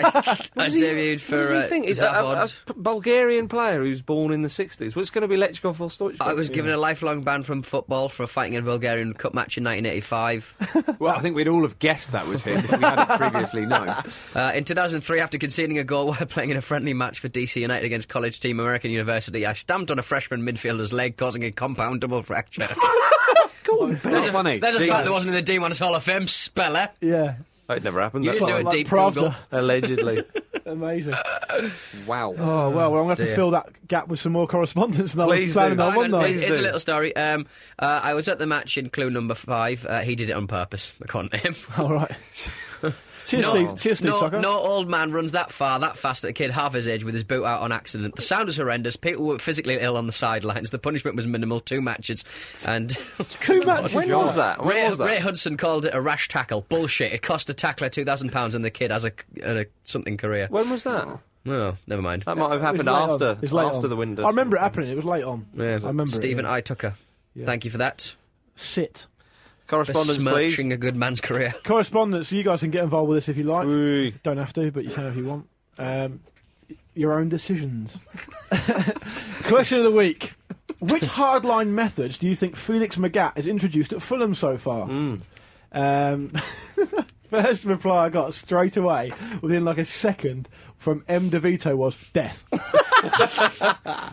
I debuted for. What do uh, you think? Is that a, a Zavod. p- Bulgarian player who's born in the 60s? What's going to be Lechkov or Stoichkov? I was given a lifelong ban from football for fighting in a Bulgarian Cup match in 1985. well, I think we'd all have guessed that was him if we hadn't previously known. Uh, in 2003, after conceding a goal while playing in a friendly match for DC United against college team American University, I stamped on a freshman midfielder's leg, causing a compound double fracture. That's funny. There's a Jesus. fact that wasn't in the D1's Hall of Fame eh? speller. Yeah. Oh, it never happened. That's didn't do fine. a deep Pravda. Google. Allegedly. Amazing. Wow. Oh, well, well I'm going to have to dear. fill that gap with some more correspondence than I was Please planning do. on, Hang on, wasn't I? here's- here's a do. little story. Um, uh, I was at the match in clue number five. Uh, he did it on purpose, according to him. All right. Cheers, Steve. Cheers, Steve no, Tucker. no old man runs that far, that fast that a kid half his age with his boot out on accident. The sound was horrendous. People were physically ill on the sidelines. The punishment was minimal, two matches. And Too much. when was that? When Ray, was that? Ray Hudson called it a rash tackle. Bullshit. It cost a tackler £2,000 and the kid has a, and a something career. when was that? No, never mind. That might have It was happened late on. after It was late after on. the window. I remember it happening. It was late on. Yeah, I remember. Stephen it, I. Tucker. Thank you for that. Sit. Correspondence, Besmirching please. a good man's career. Correspondence. You guys can get involved with this if you like. Wee. Don't have to, but you can if you want. Um, your own decisions. Question of the week. Which hardline methods do you think Felix Magat has introduced at Fulham so far? Um, first reply I got straight away, within like a second, from M. DeVito was death.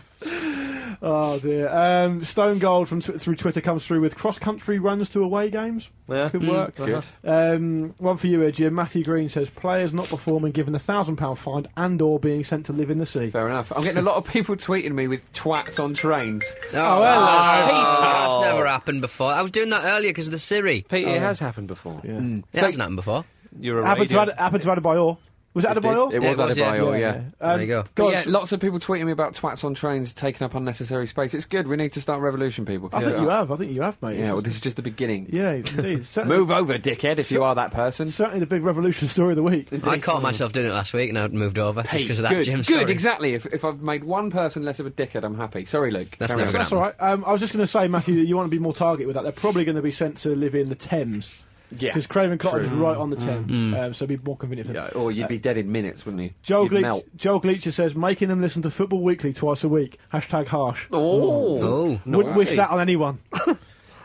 oh dear. Um, Stone Gold from tw- through Twitter comes through with cross country runs to away games. Yeah. Mm-hmm. Could work. Good. Um, one for you, Jim. Matthew Green says players not performing given a thousand pound fine and/or being sent to live in the sea. Fair enough. I'm getting a lot of people tweeting me with twats on trains. Oh, hello. Ah, Peter. That's never happened before. I was doing that earlier because of the Siri. Pete, it has happened before. Yeah. It hasn't happened before. You're a Happened to radio- Ad- happened to Adebayor. Was it It, did. Adebayor? It was Yeah, it was, yeah. Adebayor, yeah. Um, there you go. But God, yeah, lots of people tweeting me about twats on trains taking up unnecessary space. It's good. We need to start a revolution, people. I think you have. I think you have, mate. Yeah, well, this is just the beginning. yeah, indeed. Certainly, Move over, dickhead, if you are that person. certainly the big revolution story of the week. I caught myself doing it last week and I moved over just because of that good, Jim. good, story. exactly. If, if I've made one person less of a dickhead, I'm happy. Sorry, Luke. That's Carry never on. gonna That's all right. Um, I was just going to say, Matthew, that you want to be more target with that. They're probably going to be sent to live in the Thames. Yeah. Mm. Because Craven Cottage is right on the Thames, um, so it'd be more convenient for them. Yeah, or you'd be dead in minutes, wouldn't you? Joel, You'd Gleach, melt. Joel Gleacher says, making them listen to Football Weekly twice a week. Hashtag harsh. Oh. Oh. Wouldn't wish that on anyone.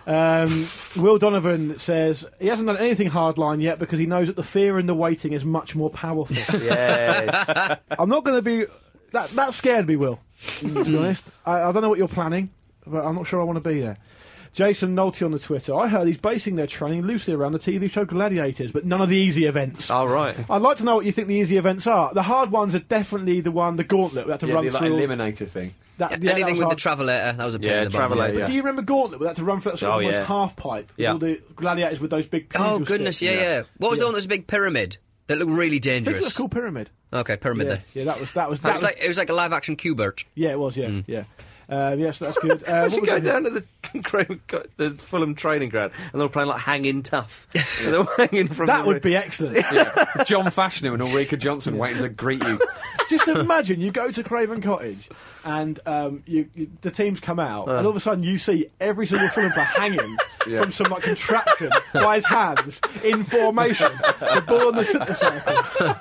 um, Will Donovan says he hasn't done anything hardline yet because he knows that the fear and the waiting is much more powerful. Yes. I'm not going to be that. That scared me, Will. to be honest, I, I don't know what you're planning, but I'm not sure I want to be there. Jason Nolte on the Twitter. I heard he's basing their training loosely around the TV show Gladiators, but none of the easy events. All right. I'd like to know what you think the easy events are. The hard ones are definitely the one, the gauntlet. We had to Yeah, run the like, through. all- eliminator thing. that- yeah, that Anything was with the hard. travelator, that was a pain Yeah, in the bum. travelator. Do you remember Gauntlet? We had to run through that sort of Oh, almost yeah. half pipe. with Yeah. All the gladiators with those big. Oh pugil goodness, yeah, sticks. yeah, What was the one that was a big pyramid that looked really I think it dangerous? was called Pyramid. Okay, pyramid. Yeah, Then. yeah, that was that was It that was like it was like a live action Cubert. yeah, it was yeah, yeah. Um, yeah, so that's good. Uh, I what should was Mm. go it? down to the, Graham- the Fulham training ground and they were playing like hanging tough. And they were hanging from That the would be excellent. Yeah. John Fashner and Ulrika Johnson waiting to greet you. Just imagine you go to Craven Cottage, and um, you, you, the teams come out, and all of a sudden you see every single Fulham player hanging Yeah. from some like contraption by his hands in formation, the ball in the centre circle.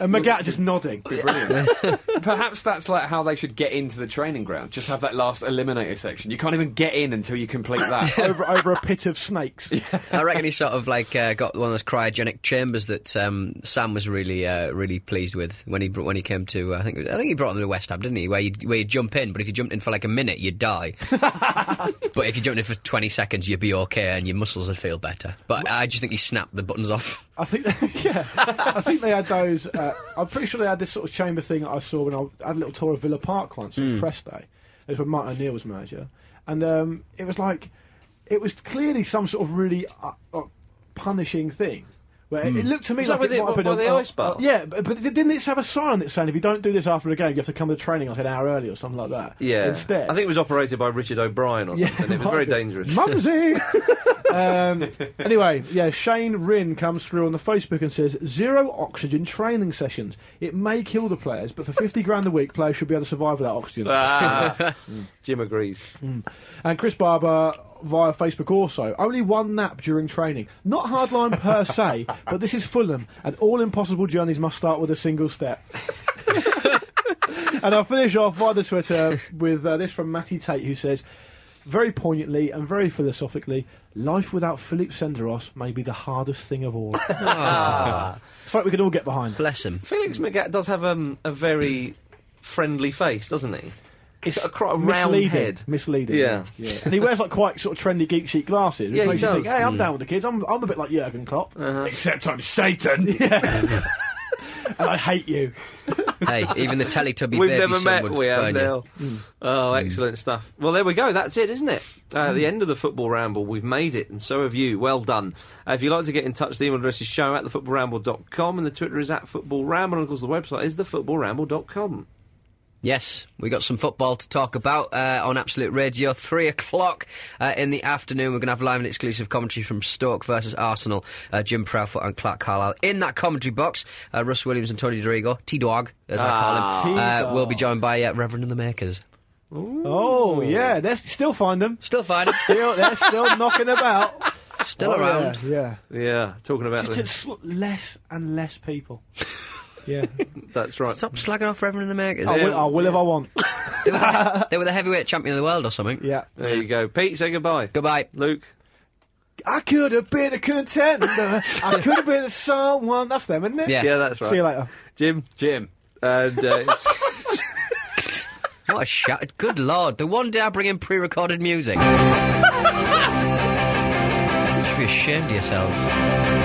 and Magat just nodding. Be brilliant. Perhaps that's like how they should get into the training ground. Just have that last eliminator section. You can't even get in until you complete that. over over a pit of snakes. I reckon he sort of like uh, got one of those cryogenic chambers that um, Sam was really uh, really pleased with when he br- when he came to uh, I think I think he brought them to West Ham, didn't he? Where you where you jump in, but if you jumped in for like a minute, you'd die. but if you jumped in for twenty seconds, you'd be okay and your muscles would feel better. But I just think he snapped the buttons off. I think, yeah, I think they had those. Uh, I'm pretty sure they had this sort of chamber thing that I saw when I had a little tour of Villa Park once on Hmm. press day. It was when Martin O'Neill was manager, and um, it was like it was clearly some sort of really uh, uh, punishing thing. Where it, it looked to me Hmm. Was that like with it the- might have been by a- the a- ice bath? yeah, but, but it- didn't it have a sign that saying if you don't do this after the game, you have to come to training like an hour early or something like that? Yeah. instead, I think it was operated by Richard O'Brien or Yeah, something. It was very might be. dangerous. Mumsy! um, anyway, yeah, Shane Ryn comes through on the Facebook and says zero oxygen training sessions. It may kill the players, but for 50 grand a week, players should be able to survive without oxygen. Ah, Jim agrees. and Chris Barber via Facebook also only one nap during training. Not hardline per se, but this is Fulham, and all impossible journeys must start with a single step. and I'll finish off via the Twitter with uh, this from Matty Tate, who says, very poignantly and very philosophically, life without Philippe Senderos may be the hardest thing of all. it's like we can all get behind. Bless him. Felix Magat does have um, a very friendly face, doesn't he? He's got a, quite a round misleading, head. Misleading. Yeah. And he wears like quite sort of trendy geek chic glasses. which Yeah, he makes you think, does. hey, I'm down with the kids. I'm, I'm a bit like Jurgen Klopp. Except I'm Satan. and I hate you. Hey, even the Teletubby We've baby never son met, would we have burn you. now. Oh, excellent stuff. Well, there we go. That's it, isn't it? Uh, The end of the football ramble. We've made it, and so have you. Well done. Uh, if you'd like to get in touch, the email address is show at thefootballramble.com, and the Twitter is at football ramble, and of course, the website is thefootballramble.com. Yes, we got some football to talk about uh, on Absolute Radio. Three o'clock uh, in the afternoon, we're going to have live and exclusive commentary from Stoke versus Arsenal. Uh, Jim Proudfoot and Clark Carlisle in that commentary box. Uh, Russ Williams and Tony Dorigo, T Dog as I call him, Ah. uh, will be joined by uh, Reverend and the Makers. Oh, yeah. They still find them. Still fine, Still, they're still knocking about. still Oh, around. Yeah. yeah. Yeah, talking about Just the- it's sl- less and less people. Yeah. That's right. Stop slagging off Reverend and the Makers. I will, I will if I want. they, were the, they were the heavyweight champion of the world or something. Yeah. There you go. Pete, say goodbye. Goodbye. Luke. I could have been a contender. I could have been someone. That's them, isn't it? Yeah. Yeah, that's right. See you later. Jim. Jim. And uh, What a shout. Good lord. The one day I bring in pre recorded music. you should be ashamed of yourself.